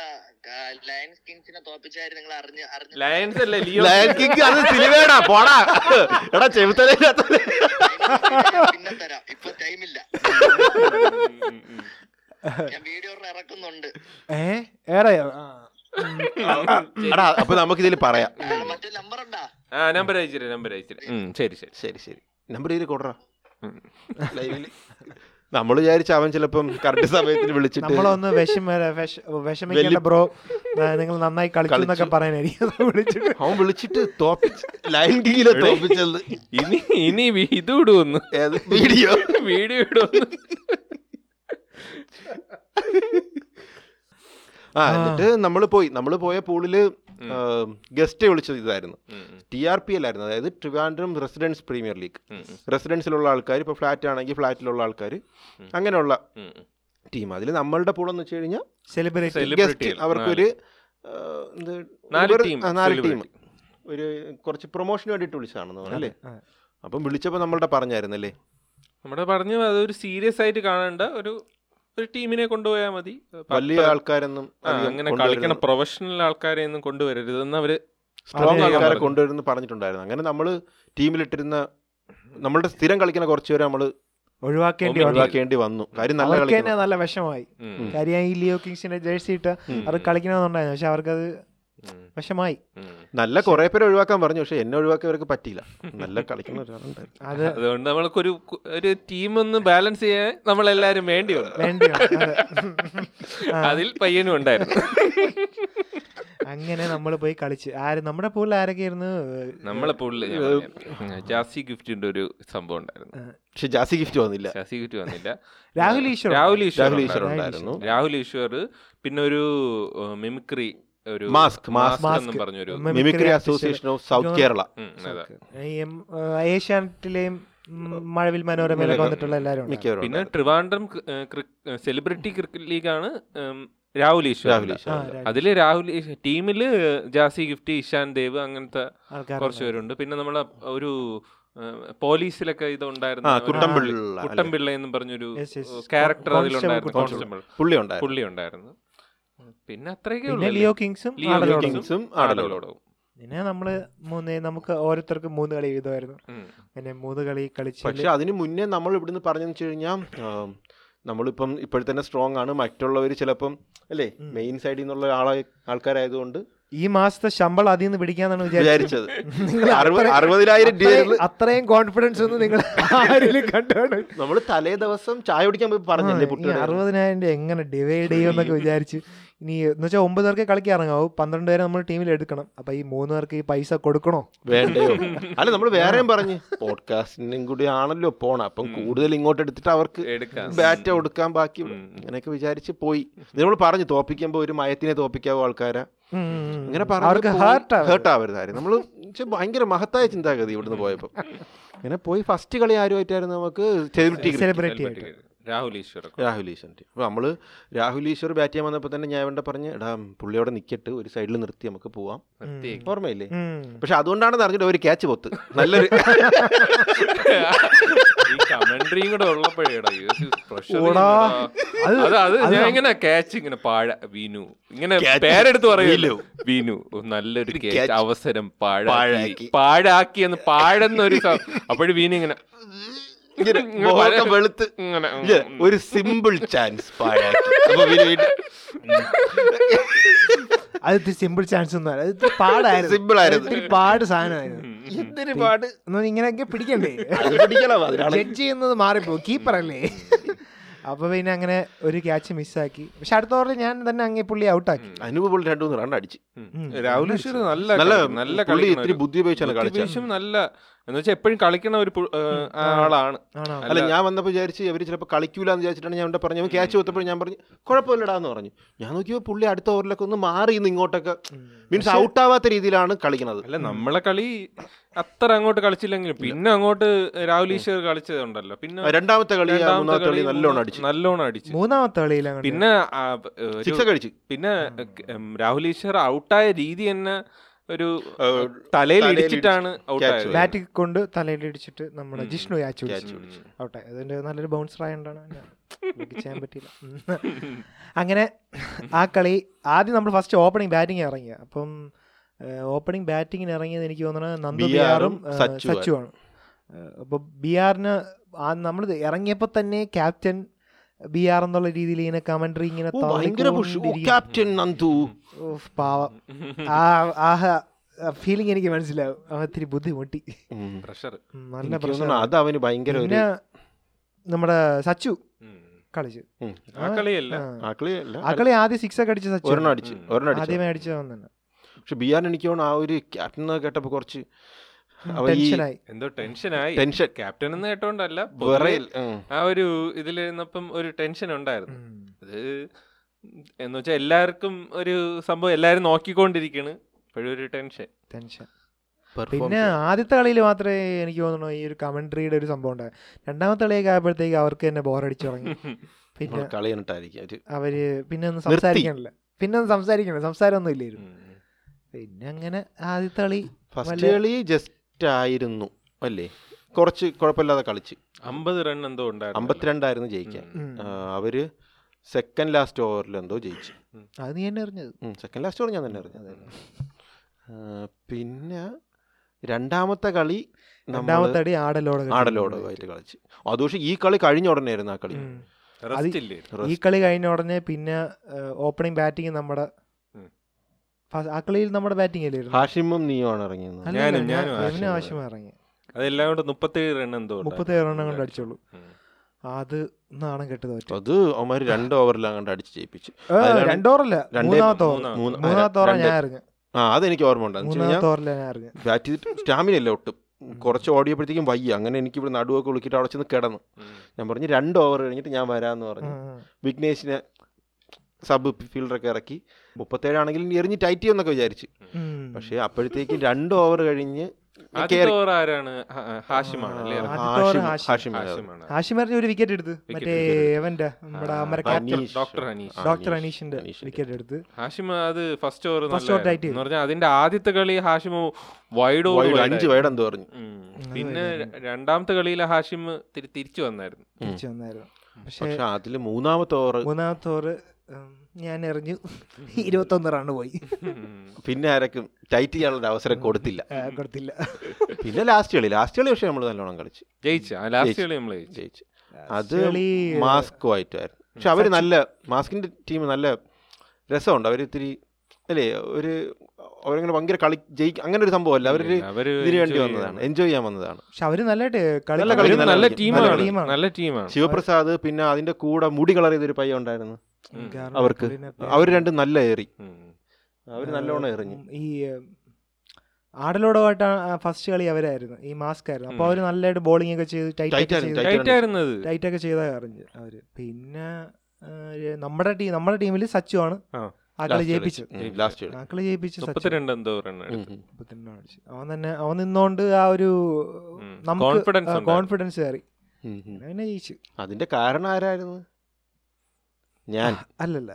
Speaker 5: ലയൺസ് കിങ്സിനെ തോപ്പിച്ചായിരുന്നു നിങ്ങൾ അറിഞ്ഞ് അറിഞ്ഞു
Speaker 4: ലയൺസ് അല്ലേ ലിയോ
Speaker 2: ലയൺ കിക്ക് അത് സിനിമയാടാ പോടാ എടാ ചെവിത്തലയില്ലാത്ത
Speaker 5: പിന്നെ തരാം ഇപ്പൊ ടൈമില്ല ഞാൻ വീഡിയോ ഇറക്കുന്നുണ്ട്
Speaker 1: ഏ ഏറെ
Speaker 2: എടാ അപ്പൊ നമുക്ക് ഇതിൽ പറയാം
Speaker 5: അല്ല, മറ്റേ നമ്പർ ഉണ്ടാ
Speaker 4: ആ നമ്പർ അയച്ചിട്ട് നമ്പർ അയച്ചിട്ട് ശരി ശരി
Speaker 2: ശരി ശരി നമ്പർ ഇതിൽ കൊടുറാ ലൈവില് നമ്മൾ വിചാരിച്ച അവൻ ചിലപ്പം കറക്റ്റ് സമയത്തിന് വിളിച്ചിട്ട്
Speaker 1: നമ്മളൊന്ന് വിഷമ വിഷ- വിഷമിക്കേണ്ട
Speaker 2: വെല്ലു-
Speaker 1: ബ്രോ നിങ്ങൾ നന്നായി കളിച്ചു എന്നൊക്കെ
Speaker 2: കളിച്ചു.
Speaker 1: പറയാനായിരിക്കും അത് വിളിച്ചിട്ട്
Speaker 2: അവൻ വിളിച്ചിട്ട് തോപ്പിച്ച് ലൈൻ കിങ്ങിലെ തോപ്പിച്ചത്
Speaker 4: ഇനി ഇനി വി- ഇത് വിടുവൊന്ന്
Speaker 2: ഏത് വീഡിയോ
Speaker 4: വീഡിയോ ഇടുവൊന്ന്
Speaker 2: ആ എന്നിട്ട് നമ്മൾ പോയി നമ്മൾ പോയ പൂളില് ഗസ്റ്റ് വിളിച്ചത് ഇതായിരുന്നു ടി ആർ പി എൽ ആയിരുന്നു അതായത് ട്രിവാൻഡ്രം റെസിഡൻസ് പ്രീമിയർ ലീഗ് റെസിഡൻസിലുള്ള ആൾക്കാർ ഇപ്പോൾ ഫ്ലാറ്റ് ആണെങ്കിൽ ഫ്ലാറ്റിലുള്ള ആൾക്കാർ അങ്ങനെയുള്ള ടീം അതിൽ നമ്മളുടെ പൂളെന്ന് വെച്ച് കഴിഞ്ഞാൽ
Speaker 1: സെലിബ്രേറ്റ്
Speaker 2: ഗസ്റ്റ്
Speaker 4: Celebrity.
Speaker 2: അവർക്കൊരു
Speaker 4: നാല്
Speaker 2: ഇവർ-
Speaker 4: team,
Speaker 2: ആ, നാല് ടീം
Speaker 4: celebrity.
Speaker 2: ഒരു കുറച്ച് പ്രൊമോഷന് വേണ്ടിയിട്ട് വിളിച്ചതാണെന്ന് തോന്നുന്നു അല്ലേ അപ്പം വിളിച്ചപ്പോൾ നമ്മളുടെ പറഞ്ഞായിരുന്നല്ലേ
Speaker 4: നമ്മുടെ പറഞ്ഞു അതൊരു സീരിയസ് ആയിട്ട് കാണേണ്ട ഒരു ഒരു ടീമിനെ കൊണ്ടുപോയാൽ മതി പത്ത്
Speaker 2: വലിയ ആൾക്കാരൊന്നും
Speaker 4: ആ, അങ്ങനെ കളിക്കണ പ്രൊഫഷണൽ ആൾക്കാരെ ഒന്നും കൊണ്ടുവരരുതെന്ന് അവര്
Speaker 2: സ്ട്രോങ്
Speaker 1: അതെ,
Speaker 2: ആൾക്കാരെ
Speaker 4: പറഞ്ഞു.
Speaker 2: കൊണ്ടുവരുന്നു പറഞ്ഞിട്ടുണ്ടായിരുന്നു അങ്ങനെ നമ്മൾ ടീമിലിട്ടിരുന്ന നമ്മളുടെ സ്ഥിരം കളിക്കുന്ന കുറച്ച് പേരെ നമ്മൾ
Speaker 1: ഒഴിവാക്കേണ്ടി വന്നു
Speaker 2: ഒഴിവാക്കേണ്ടി വന്നു കാര്യം നല്ല
Speaker 1: അവർക്ക് തന്നെ
Speaker 2: കളിക്കുന്ന
Speaker 1: നല്ല വിഷമായി
Speaker 4: ഉം.
Speaker 1: കാര്യം ഈ ലിയോ കിങ്സിന്റെ ജേഴ്സി ഇട്ട അവർ കളിക്കണമെന്നുണ്ടായിരുന്നു പക്ഷെ അവർക്കത്
Speaker 4: ഉം.
Speaker 1: വിഷമായി
Speaker 4: ഉം.
Speaker 2: നല്ല കുറെ പേരെ ഒഴിവാക്കാൻ പറഞ്ഞു പക്ഷെ എന്നെ ഒഴിവാക്കാൻ അവർക്ക് പറ്റിയില്ല നല്ല കളിക്കുന്ന ഒരാളുണ്ടായിരുന്നു
Speaker 1: അത്
Speaker 4: അതുകൊണ്ട് നമ്മൾക്കൊരു കു- ഒരു ടീം ഒന്ന് ബാലൻസ് ചെയ്യാൻ നമ്മളെല്ലാരും വേണ്ടി വന്നു
Speaker 1: വേണ്ടി വന്നു. അത്.
Speaker 4: അതിൽ പയ്യനും ഉണ്ടായിരുന്നു
Speaker 1: അങ്ങനെ നമ്മൾ പോയി കളിച്ച് ആര് നമ്മുടെ പൂളിൽ ആരൊക്കെയായിരുന്നു
Speaker 4: നമ്മളിപ്പോ ഉള്ളിൽ ഞാൻ പറഞ്ഞുതരാം. ജാസി ഗിഫ്റ്റിന്റെ ഒരു സംഭവം ഉണ്ടായിരുന്നു
Speaker 2: പക്ഷെ ജാസി ഗിഫ്റ്റ് വന്നില്ല
Speaker 4: ജാസി ഗിഫ്റ്റ് വന്നില്ല
Speaker 1: രാഹുൽ ഈശ്വർ
Speaker 4: രാഹുൽ ഈശ്വർ
Speaker 2: രാഹുൽ ഈശ്വർ
Speaker 4: ഉണ്ടായിരുന്നു.
Speaker 2: ഉണ്ടായിരുന്നു
Speaker 4: രാഹുൽ ഈശ്വർ പിന്നെ ഒരു ഏഹ്, മിമിക്രി ഒരു
Speaker 2: Mask, mask.
Speaker 4: mask എന്നും പറഞ്ഞൊരു
Speaker 1: Mask.
Speaker 2: Mimicry association of south Kerala
Speaker 4: ഉം, അതാ.
Speaker 1: ഈ എം- ഏഹ് ഏഷ്യാനെറ്റിലെയും ഉം, മഴവിൽ മനോരമയിലൊക്കെ വന്നിട്ടുള്ള എല്ലാവരും ഉണ്ടായിരുന്നു.
Speaker 2: മിക്കവരും
Speaker 4: പിന്നെ
Speaker 2: ഉണ്ടായിരുന്നു.
Speaker 4: ട്രിവാൻഡ്രം സെലിബ്രിറ്റി ക്രിക്കറ്റ് ലീഗാണ് ഉം, രാഹുൽ ഈശ്വർ
Speaker 2: രാഹുൽ
Speaker 4: ഉണ്ടായിരുന്നത്.
Speaker 2: ഈശ്വർ
Speaker 1: ആ,
Speaker 2: ഉണ്ടായിരുന്നു.
Speaker 1: രാഹുൽ
Speaker 4: അതില് രാഹുൽ ഈശ്വർ- ടീമില് ജാസി ഗിഫ്റ്റ് ഇഷാൻ ദേവ് അങ്ങനത്തെ
Speaker 1: ആൾക്കാരുണ്ടായിരുന്നു.
Speaker 4: കുറച്ച് പേരുണ്ട് പിന്നെ നമ്മളെ ഒരു ഏഹ്, പോലീസിലൊക്കെ ഇത്
Speaker 2: ആ
Speaker 4: ഉണ്ടായിരുന്ന ഒരു-
Speaker 2: കുട്ടമ്പിള്ള അല്ലേ?
Speaker 4: കുട്ടമ്പിള്ള എന്ന് പറഞ്ഞൊരു
Speaker 1: Yes, yes.
Speaker 4: ക്യാരക്ടർ
Speaker 1: Constable,
Speaker 4: അതിലുണ്ടായിരുന്നു
Speaker 1: Constable.
Speaker 4: കോൺസ്റ്റബിൾ
Speaker 2: പുള്ളി ഉണ്ടായിരുന്നു
Speaker 4: പുള്ളി ഉണ്ടായിരുന്നു പിന്നെ അത്രയൊക്കെ
Speaker 1: പിന്നെ
Speaker 4: ഉള്ളൂ
Speaker 1: ലിയോ
Speaker 4: അല്ലേ?
Speaker 1: കിങ്സും
Speaker 4: ലിയോ
Speaker 1: ആടലോടകം.
Speaker 4: കിങ്സും.
Speaker 2: കിങ്സും ആടലോടകം
Speaker 4: ആടലോടകവും.
Speaker 1: പിന്നെ നമ്മള് മൂന്ന് നമുക്ക് ഓരോരുത്തർക്ക് മൂന്ന് കളി എഴുതുമായിരുന്നു
Speaker 4: ഉം.
Speaker 1: അങ്ങനെ മൂന്ന് കളി കളിച്ച്
Speaker 2: പക്ഷെ അതിന് മുന്നേ നമ്മൾ ഇവിടുന്ന് പറഞ്ഞെന്ന് വെച്ച് കഴിഞ്ഞാൽ നമ്മളിപ്പം ഇപ്പോഴത്തെ തന്നെ സ്ട്രോങ് ആണ് മറ്റുള്ളവർ ചിലപ്പം അല്ലേ
Speaker 1: ഉം.
Speaker 2: മെയിൻ സൈഡിൽ നിന്നുള്ള ആളെ ആൾക്കാരായതുകൊണ്ട്
Speaker 1: ഈ മാസത്തെ ശമ്പളം അതിൽ നിന്ന് പിടിക്കാന്നാണ്
Speaker 2: വിചാരിച്ചത്
Speaker 1: നിങ്ങൾ
Speaker 2: അറുപ-
Speaker 1: അത്രയും-
Speaker 2: അറുപതിനായിരം
Speaker 1: അത്രയും-
Speaker 2: രൂപ
Speaker 1: അത്രയും കോൺഫിഡൻസ് ഒന്നും നിങ്ങൾ ആരിലും കണ്ടാണ്
Speaker 2: നമ്മൾ തലേ ദിവസം ചായ കുടിക്കാൻ പോയി പറഞ്ഞല്ലേ പുട്ടുകട
Speaker 1: അറുപതിനായിരം രൂപ എങ്ങനെ ഡിവൈഡ് ചെയ്യുമെന്നൊക്കെ വിചാരിച്ച് ഇനി എന്ന് വെച്ചാൽ ഒമ്പത് പേർക്ക് കളിക്ക് ഇറങ്ങാവും പന്ത്രണ്ട് പേരെ നമ്മൾ ടീമിൽ എടുക്കണം അപ്പൊ ഈ മൂന്ന് പേർക്ക് ഈ പൈസ കൊടുക്കണോ
Speaker 2: വേണ്ടയോ അല്ല നമ്മൾ വേറെയും പറഞ്ഞ് പോഡ്കാസ്റ്റിനും കൂടി ആണല്ലോ പോണം അപ്പം കൂടുതൽ ഇങ്ങോട്ട് എടുത്തിട്ട് അവർക്ക്
Speaker 4: എടുക്കാം
Speaker 2: ബാറ്റ് കൊടുക്കാൻ ബാക്കി
Speaker 4: ഉം.
Speaker 2: അങ്ങനെയൊക്കെ വിചാരിച്ച് പോയി നമ്മൾ പറഞ്ഞു തോപ്പിക്കുമ്പോൾ ഒരു മയത്തിനെ തോപ്പിക്കാവോ ആൾക്കാരെ
Speaker 1: ഉം, ഉം, ഉം.
Speaker 2: അങ്ങനെ
Speaker 1: അവർക്ക് ഹേർട്ട്
Speaker 2: ഹേർട്ട് ആവരുതായിരുന്നു നമ്മൾ ഭയങ്കര മഹത്തായ ചിന്താഗതി ഇവിടുന്ന് പോയപ്പോൾ അങ്ങനെ പോയി ഫസ്റ്റ് കളി ആരുമായിട്ടായിരുന്നു നമുക്ക് സെലിബ്രിറ്റി
Speaker 1: സെലിബ്രിറ്റി ആയിട്ട്
Speaker 4: രാഹുൽ ഈശ്വർ
Speaker 2: രാഹുൽ ഈശ്വറിൻ്റെ അപ്പോൾ നമ്മൾ രാഹുൽ ഈശ്വർ ബാറ്റ് ചെയ്യാൻ വന്നപ്പോൾ തന്നെ ഞാൻ വേണ്ട പറഞ്ഞ് എടാ പുള്ളി അവിടെ നിൽക്കട്ട് ഒരു സൈഡിൽ നിർത്തി നമുക്ക് പോവാം
Speaker 4: നിർത്തിയേക്ക്.
Speaker 2: ഓർമ്മയില്ലേ
Speaker 1: ഉം.
Speaker 2: പക്ഷെ അതുകൊണ്ടാണെന്ന് അറിഞ്ഞിട്ട് ഒരു ക്യാച്ച് പൊത്ത് നല്ലൊരു
Speaker 4: ഈ കമന്ററിയും കൂടെ ഉള്ളപ്പോഴേടാ
Speaker 1: ഓടാ. അത്-
Speaker 4: അത് അത്
Speaker 1: അത്
Speaker 4: ഞാൻ
Speaker 1: നം-
Speaker 4: ഇങ്ങനെ ക്യാച്ച് ഇങ്ങനെ പാഴ വിനു ഇങ്ങനെ
Speaker 2: Catch.
Speaker 4: പേരെടുത്ത് പറയുമല്ലോ
Speaker 2: വിനു.
Speaker 4: വിനു ഒരു നല്ലൊരു
Speaker 2: ഒരു
Speaker 4: ക്യാച്ച്
Speaker 2: catch.
Speaker 4: അവസരം
Speaker 2: പാഴാക്കി.
Speaker 4: പാഴാക്കി പാഴാക്കി എന്ന് പാഴെന്നൊരു അപ്പോഴും വീണു ഇങ്ങനെ
Speaker 2: ഇങ്ങനെ
Speaker 4: ഇങ്ങനെ
Speaker 2: ബോളൊക്കെ
Speaker 4: വര-
Speaker 2: വെളുത്ത്
Speaker 4: ഇങ്ങനെ
Speaker 2: ഇല്ല, ഒരു സിമ്പിൾ ചാൻസ് പാഴാക്കി അപ്പൊ പിന്നെ വീണ്ടും
Speaker 1: അത് ഇത്തിരി സിമ്പിൾ ചാൻസ് ഒന്നും അല്ല അത് ഇത്തിരി പാടായിരുന്നു
Speaker 2: Simple ആയിരുന്നു.
Speaker 1: അത് ഇത്തിരി പാട് സാധനമായിരുന്നു
Speaker 2: എന്തൊരു പാട്
Speaker 1: എന്നാ ഇങ്ങനെയൊക്കെ പിടിക്കണ്ടേ
Speaker 2: അത് പിടിക്കണം അതിനാണ്
Speaker 1: ജഡ്ജ് ചെയ്യുന്നത് മാറിപ്പോ കീപ്പർ അല്ലേ അപ്പൊ പിന്നെ അങ്ങനെ ഒരു ക്യാച്ച് മിസ്സാക്കി പക്ഷെ അടുത്ത ഓവറിൽ ഞാൻ തന്നെ അങ്ങേ പുള്ളി ഔട്ടാക്കി
Speaker 2: അനൂപ് പുള്ളി രണ്ടു മൂന്ന് റൺ അടിച്ച്
Speaker 1: ഉം.
Speaker 4: രാഹുൽ ഈശ്വർ നല്ല
Speaker 2: നല്ല
Speaker 4: കളി- നല്ല
Speaker 2: പുള്ളി
Speaker 4: കളിക്കണ
Speaker 2: ഇത്തിരി
Speaker 4: ഒരു-
Speaker 2: ബുദ്ധി ഉപയോഗിച്ചാണ് കളിച്ചത്
Speaker 4: ഉദ്ദേശം നല്ല എന്ന് വെച്ചാൽ എപ്പോഴും കളിക്കണ ഒരു പു- ഏ, ആളാണ്
Speaker 1: ആണോ
Speaker 2: അല്ല ഞാൻ വന്നപ്പോൾ വിചാരിച്ച് ഇവർ ചിലപ്പോൾ കളിക്കൂല എന്ന് വിചാരിച്ചിട്ടാണ് ഞാൻ ഇവിടെ പറഞ്ഞു ക്യാച്ച് കൊടുത്തപ്പോൾ ഞാൻ പറഞ്ഞു കുഴപ്പമില്ലടാ എന്ന് പറഞ്ഞു ഞാൻ നോക്കിയപ്പോൾ പുള്ളി അടുത്ത ഓവറിലൊക്കെ ഒന്ന് മാറി ഇന്ന് ഇങ്ങോട്ടൊക്കെ മീൻസ് ഔട്ട് ആവാത്ത രീതിയിലാണ് കളിക്കുന്നത്
Speaker 4: അല്ല നമ്മളെ കളി അത്ര അങ്ങോട്ട് കളിച്ചില്ലെങ്കിലും പിന്നെ അങ്ങോട്ട് രാഹുൽ ഈശ്വർ കളിച്ചതുണ്ടല്ലോ പിന്നെ
Speaker 2: രണ്ടാമത്തെ കളി ആ
Speaker 4: രണ്ടാമത്തെ
Speaker 2: മൂന്നാമത്തെ കളി നല്ലോണം
Speaker 4: മൂന്ന്
Speaker 2: അടിച്ചു
Speaker 4: നല്ലോണം അടിച്ചു
Speaker 1: മൂന്നാമത്തെ കളിയിൽ അങ്ങോട്ട്
Speaker 4: പിന്നെ ആ, ഒരു-
Speaker 2: സിക്സ് ഒക്കെ അടിച്ചു
Speaker 4: പിന്നെ ഉം, രാഹുൽ ഈശ്വർ ഔട്ടായ രീതി തന്നെ ഒരു
Speaker 2: ഏഹ്,
Speaker 4: തലയിൽ
Speaker 2: തലയിൽ
Speaker 4: ഇടിച്ചിട്ടാണ് ഔട്ടായത്
Speaker 2: catch.
Speaker 1: ബാറ്റ് കൊണ്ട് തലയിലടിച്ചിട്ട് നമ്മുടെ ജിഷ്ണു ക്യാച്ച്
Speaker 2: Catch
Speaker 1: പിടിച്ചു
Speaker 2: പിടിച്ചു.
Speaker 1: ഔട്ടെ അതിന്റെ നല്ലൊരു ബൗൺസർ ആയതുകൊണ്ടാണ് ഞാൻ എനിക്ക് ചെയ്യാൻ പറ്റിയില്ല ഉം. അങ്ങനെ ആ കളി ആദ്യം നമ്മൾ ഫസ്റ്റ് ഓപ്പണിംഗ് ബാറ്റിംഗ് ഇറങ്ങിയ അപ്പം ഓപ്പണിംഗ് ബാറ്റിങ്ങിന് ഇറങ്ങിയത് എനിക്ക് തോന്നുന്നത് നന്ദു
Speaker 2: BR
Speaker 1: ബിയാറും
Speaker 2: ഉം സച്ചുവാണ്.
Speaker 1: സച്ചുവാണ് അപ്പോൾ ബിയാറിന് നമ്മൾ ഇറങ്ങിയപ്പോൾ തന്നെ ക്യാപ്റ്റൻ ബി ആർ എന്നുള്ള രീതിയിൽ ഇങ്ങനെ കമന്ററി ഇങ്ങനെ
Speaker 2: ഓ,
Speaker 1: തള്ളി
Speaker 2: ഭയങ്കര പുഷ് ഓ
Speaker 1: കൊണ്ടിരിക്കും.
Speaker 2: ക്യാപ്റ്റൻ നന്ദു
Speaker 1: ഓഫ്, പാവം ആ ആ ഫീലിംഗ് എനിക്ക് മനസ്സിലാവും അവൻ ഇത്തിരി ബുദ്ധിമുട്ടി
Speaker 4: പ്രഷർ
Speaker 1: ഉം, നല്ല
Speaker 2: എനിക്ക്
Speaker 1: പ്രശ്നം
Speaker 2: തോന്നുന്നു അത് അവന് ഭയങ്കര ഒരു
Speaker 1: പിന്നെ നമ്മുടെ സച്ചു കളിച്ചു
Speaker 2: ഉം.
Speaker 4: ആ കളിയല്ല
Speaker 1: ആ.
Speaker 2: ആ കളി അല്ല
Speaker 1: ആ കളി ആദ്യം സിക്സ് ഒക്കെ അടിച്ച സച്ചു
Speaker 2: ഒരെണ്ണം അടിച്ചു ഒരെണ്ണം അടിച്ചു
Speaker 1: ആദ്യമേ അടിച്ചവൻ തന്നെ
Speaker 2: പക്ഷെ ബിയാൻ എനിക്ക് തോന്നുന്നു ആ ഒരു ക്യാപ്റ്റൻ എന്നൊക്കെ കേട്ടപ്പോൾ കുറച്ച് അവൻ ഈ
Speaker 1: ടെൻഷനായി
Speaker 4: എന്തോ ടെൻഷനായി
Speaker 2: ടെൻഷൻ
Speaker 4: ക്യാപ്റ്റൻ എന്ന് കേട്ടോണ്ടല്ല
Speaker 2: വിറയൽ
Speaker 4: പൊതുവേ ആ ഒരു ഇതിലിരുന്നപ്പം ഒരു ടെൻഷൻ ഉണ്ടായിരുന്നു
Speaker 1: ഉം.
Speaker 4: അത് എന്ന് വെച്ചാൽ എല്ലാവർക്കും ഒരു സംഭവം എല്ലാവരും നോക്കിക്കൊണ്ടിരിക്കണ് ഇപ്പോഴും ഒരു ടെൻഷൻ
Speaker 1: ടെൻഷൻ
Speaker 2: perform
Speaker 1: പിന്നെ ആദ്യത്തെ കളിയിൽ മാത്രമേ എനിക്ക് തോന്നുന്നു ഈ ഒരു കമന്ററിയുടെ ഒരു സംഭവം ഉണ്ടായി രണ്ടാമത്തെ കളിയൊക്കെ ആയപ്പോഴത്തേക്ക് അവർക്ക് തന്നെ ബോറടിച്ചു തുടങ്ങി പിന്നെ
Speaker 2: നമ്മൾ കളി കണ്ടിട്ടായിരിക്കും അവര്
Speaker 1: അവര് പിന്നെ ഒന്നും
Speaker 2: നിർത്തി.
Speaker 1: സംസാരിക്കണില്ല പിന്നെ ഒന്നും സംസാരിക്കണില്ല സംസാരമൊന്നും ഇല്ലായിരുന്നു പിന്നെ അങ്ങനെ ആദ്യത്തെ കളി
Speaker 2: ഫസ്റ്റ്
Speaker 1: വല്ല-
Speaker 2: കളി ജസ്റ്റ് ആയിരുന്നു അല്ലേ കുറച്ച് കുഴപ്പമില്ലാതെ കളിച്ച്
Speaker 4: അമ്പത് റൺ എന്തോ ഉണ്ടായിരുന്നു
Speaker 2: അമ്പത്തിരണ്ടായിരുന്നു ജയിക്കാൻ
Speaker 1: ഉം.
Speaker 2: ആ, അവര് സെക്കൻഡ് ലാസ്റ്റ് ഓവറിൽ എന്തോ ജയിച്ചു
Speaker 1: അത് നീ തന്നെ അറിഞ്ഞത്
Speaker 2: സെക്കൻഡ് ലാസ്റ്റ് ഓവർ ഞാൻ തന്നെ അറിഞ്ഞു ആ, പിന്നെ രണ്ടാമത്തെ കളി നമ്മൾ
Speaker 1: രണ്ടാമത്തെ അടി ആടലോടെ കിട്ടി.
Speaker 2: ആടലോടകമായിട്ട് കളിച്ച് അത് പക്ഷേ ഈ കളി കഴിഞ്ഞ ഉടനെ ആയിരുന്നു ആ കളി
Speaker 1: ഉം.
Speaker 4: Rest ഇല്ലേ?
Speaker 1: ഈ കളി കഴിഞ്ഞ ഉടനെ പിന്നെ ഓപ്പണിംഗ് ബാറ്റിംഗ് നമ്മുടെ
Speaker 4: ഉം.
Speaker 1: ഫ- ആ കളിയിൽ നമ്മുടെ ബാറ്റിംഗ് അല്ലായിരുന്നു
Speaker 2: ഹാഷിമും നീയുമാണ് ഇറങ്ങിയത്
Speaker 1: അല്ല,
Speaker 4: ഞാനും,
Speaker 1: അല്ല,
Speaker 4: ഞാനും
Speaker 1: ഞാൻ-
Speaker 4: ആശയം
Speaker 1: ഇവനും
Speaker 4: ഉള്ളത്.
Speaker 1: ആവശ്യം ഇറങ്ങി
Speaker 4: അതെല്ലാം കൊണ്ട് മുപ്പത്തേഴ് റൺ എന്തോ
Speaker 1: മുപ്പത്തേഴ് റണ്ണം കൊണ്ട്
Speaker 4: ഉണ്ടായിരുന്നു.
Speaker 1: അടിച്ചുള്ളൂ
Speaker 4: ഉം.
Speaker 1: അത് നാണം കെട്ടത് പറ്റും
Speaker 2: അത് അവന്മാർ രണ്ട് ഓവറിലാണ് കണ്ട് അടിച്ച് ജയിപ്പിച്ച് അതിലാണ്
Speaker 1: രണ്ടോറല്ല
Speaker 2: രണ്ടേ-
Speaker 1: മൂന്നാമത്തെ ഓവർ
Speaker 4: മൂന്നാ-
Speaker 2: മൂന്ന്-
Speaker 1: മൂന്നാമത്തെ ഓവർ
Speaker 2: രണ്ട്-
Speaker 1: ഞാൻ അറിഞ്ഞു
Speaker 2: ആ അതെനിക്ക് ഓർമ്മ ഉണ്ട് എന്ന് വെച്ച് കഴിഞ്ഞാൽ
Speaker 1: മൂന്നാമത്തെ ഓവറിൽ ഞാൻ അറിഞ്ഞു
Speaker 2: ബാറ്റ് ചെയ്തിട്ട് സ്റ്റാമിന ഇല്ല ഒട്ടും കുറച്ച് ഓടിയപ്പോഴത്തേക്കും വയ്യ അങ്ങനെ എനിക്ക് ഇവിടെ നടുവൊക്കെ വിളിക്കിട്ട് അവിടെ ചെന്ന് കിടന്നു
Speaker 4: ഉം.
Speaker 2: ഞാൻ പറഞ്ഞു രണ്ട് ഓവർ കഴിഞ്ഞിട്ട് ഞാൻ വരാമെന്ന് പറഞ്ഞു വിഘ്നേഷിനെ സബ് ഫീൽഡറൊക്കെ ഇറക്കി മുപ്പത്തേഴാണെങ്കിലും എറിഞ്ഞ് ടൈറ്റ് ചെയ്യുമെന്നൊക്കെ വിചാരിച്ച് പക്ഷേ അപ്പോഴത്തേക്കും രണ്ട് ഓവർ കഴിഞ്ഞ്
Speaker 4: ആദ്യത്തെ
Speaker 2: കേറി.
Speaker 4: ഓവർ ആരാണ് ഹ- ആ, ഹാഷിമാണ് അല്ലേ?
Speaker 1: ആ,
Speaker 2: ഹാഷിം-
Speaker 1: ആദ്യത്തെ over ഹാഷിം.
Speaker 2: ഹാഷിം ആയിരുന്നു.
Speaker 4: ഹാഷിമാണ്.
Speaker 1: ആഷിമറിഞ്ഞ ഒരു വിക്കറ്റ് എടുത്ത്
Speaker 4: Wicket
Speaker 1: മറ്റേ
Speaker 4: എടുത്ത്.
Speaker 1: എവന്റെ നമ്മുടെ
Speaker 2: ആ,
Speaker 1: നമ്മുടെ
Speaker 2: അനീഷ്.
Speaker 1: Captain
Speaker 4: doctor Aneesh.
Speaker 2: ആ,
Speaker 1: ഡോക്ടർ അനീഷിന്റെ
Speaker 2: അനീഷിന്റെ.
Speaker 1: വിക്കറ്റ് എടുത്ത്
Speaker 4: ഹാഷിമ അത് first over
Speaker 1: First over tight ചെയ്തു.
Speaker 4: എന്ന് പറഞ്ഞാൽ അതിന്റെ ആദ്യത്തെ കളി ഹാഷിമ വൈഡ്
Speaker 2: വൈഡ്
Speaker 4: ഓവർ
Speaker 2: അഞ്ച് വൈഡ് എന്ത് പറഞ്ഞു
Speaker 4: പിന്നെ ര- രണ്ടാമത്തെ കളിയിൽ ഹാഷിം തിരി- തിരിച്ചു വന്നായിരുന്നു
Speaker 1: തിരിച്ചു വന്നായിരുന്നു പക്ഷേ
Speaker 2: പക്ഷെ അതിൽ മൂന്നാമത്തെ ഓവർ
Speaker 1: മൂന്നാമത്തെ ഓവർ ഉം, ഞാൻ എറിഞ്ഞു ഇരുപത്തൊന്ന് റണ്ണ് പോയി
Speaker 2: പിന്നെ ആരൊക്കെ ടൈറ്റ് ചെയ്യാനുള്ള അവസരം കൊടുത്തില്ല
Speaker 1: ആ, കൊടുത്തില്ല
Speaker 2: പിന്നെ ലാസ്റ്റ് കളി ലാസ്റ്റ് കളി പക്ഷേ നമ്മൾ നല്ലോണം കളിച്ച്
Speaker 4: ജയിച്ച ലാസ്റ്റ്
Speaker 2: ജയിച്ചു.
Speaker 4: കളി നമ്മൾ ജയിച്ചു
Speaker 2: ജയിച്ച് അത്
Speaker 1: കളി, ഏഹ്,
Speaker 2: മാസ്കോ ആയിട്ടായിരുന്നു പക്ഷെ അവർ നല്ല മാസ്കിൻ്റെ ടീം നല്ല രസമുണ്ട് അവർ ഇത്തിരി അല്ലേ ഒരു അവരങ്ങനെ ഭയങ്കര കളി ജയിക്ക അങ്ങനെ ഒരു സംഭവമല്ല അവരൊരു
Speaker 4: അവര്
Speaker 2: ഇതിന് വേണ്ടി
Speaker 4: enjoy
Speaker 2: വന്നതാണ് എൻജോയ് ചെയ്യാൻ വന്നതാണ്
Speaker 1: പക്ഷെ അവര് നല്ലതായിട്ട് കളി
Speaker 2: നല്ല
Speaker 4: അവര്
Speaker 2: കളി,
Speaker 4: നല്ല
Speaker 2: കളി.
Speaker 1: നല്ല
Speaker 4: ടീമാണ്
Speaker 1: ടീമാണ്.
Speaker 4: നല്ല ടീമാണ്
Speaker 2: ശിവപ്രസാദ് പിന്നെ അതിന്റെ കൂടെ മുടി കളർ ചെയ്തൊരു പയ്യ ഉണ്ടായിരുന്നു
Speaker 4: ഉം.
Speaker 1: കാരണം
Speaker 2: അവർക്ക്
Speaker 1: പുള്ളിനെ
Speaker 2: അവർ രണ്ടും നല്ല ഏറി
Speaker 4: ഉം.
Speaker 2: അവർ
Speaker 1: ഏഹ്,
Speaker 2: നല്ലോണം എറിഞ്ഞു
Speaker 1: ഈ ഏഹ്, ആടലോടമായിട്ടാണ് ഫസ്റ്റ് കളി അവരായിരുന്നു ഈ മാസ്ക് ആയിരുന്നു അപ്പോൾ
Speaker 4: ഉം.
Speaker 1: അവർ നല്ലതായിട്ട് ബോളിംഗ് ഒക്കെ ചെയ്ത് ടൈറ്റ് ഒക്കെ
Speaker 2: ആയിരുന്നു,
Speaker 1: ചെയ്ത്
Speaker 2: tight
Speaker 4: Tight ആയിരുന്നത്
Speaker 1: ടൈറ്റ് ഒക്കെ ചെയ്താ അറിഞ്ഞ് അവര് പിന്നെ ആ, ഒരു നമ്മുടെ ടീം നമ്മുടെ ടീമിൽ സച്ചു ആണ്
Speaker 4: ആ.
Speaker 1: ആ കളി ജയിപ്പിച്ചത്
Speaker 2: ലാസ്റ്റ് കളി
Speaker 1: ആ കളി ജയിപ്പിച്ച് സച്ചു
Speaker 4: മുപ്പത്തിരണ്ട് എന്തോ റൺ
Speaker 2: ഉം, ഉം.
Speaker 1: മുപ്പത്തിരണ്ട് അടിച്ചു. അവൻ തന്നെ അവൻ നിന്നോണ്ട് ആ ഒരു
Speaker 4: ഉം.
Speaker 1: നമുക്ക്
Speaker 4: Confidence ഉണ്ടായിരുന്നു.
Speaker 1: കോൺഫിഡൻസ് കയറി
Speaker 2: ഉം, ഉം.
Speaker 1: അങ്ങനെ ജയിച്ചു
Speaker 2: അതിന്റെ കാരണം ആരായിരുന്നു ഞാൻ
Speaker 1: അല്ലല്ല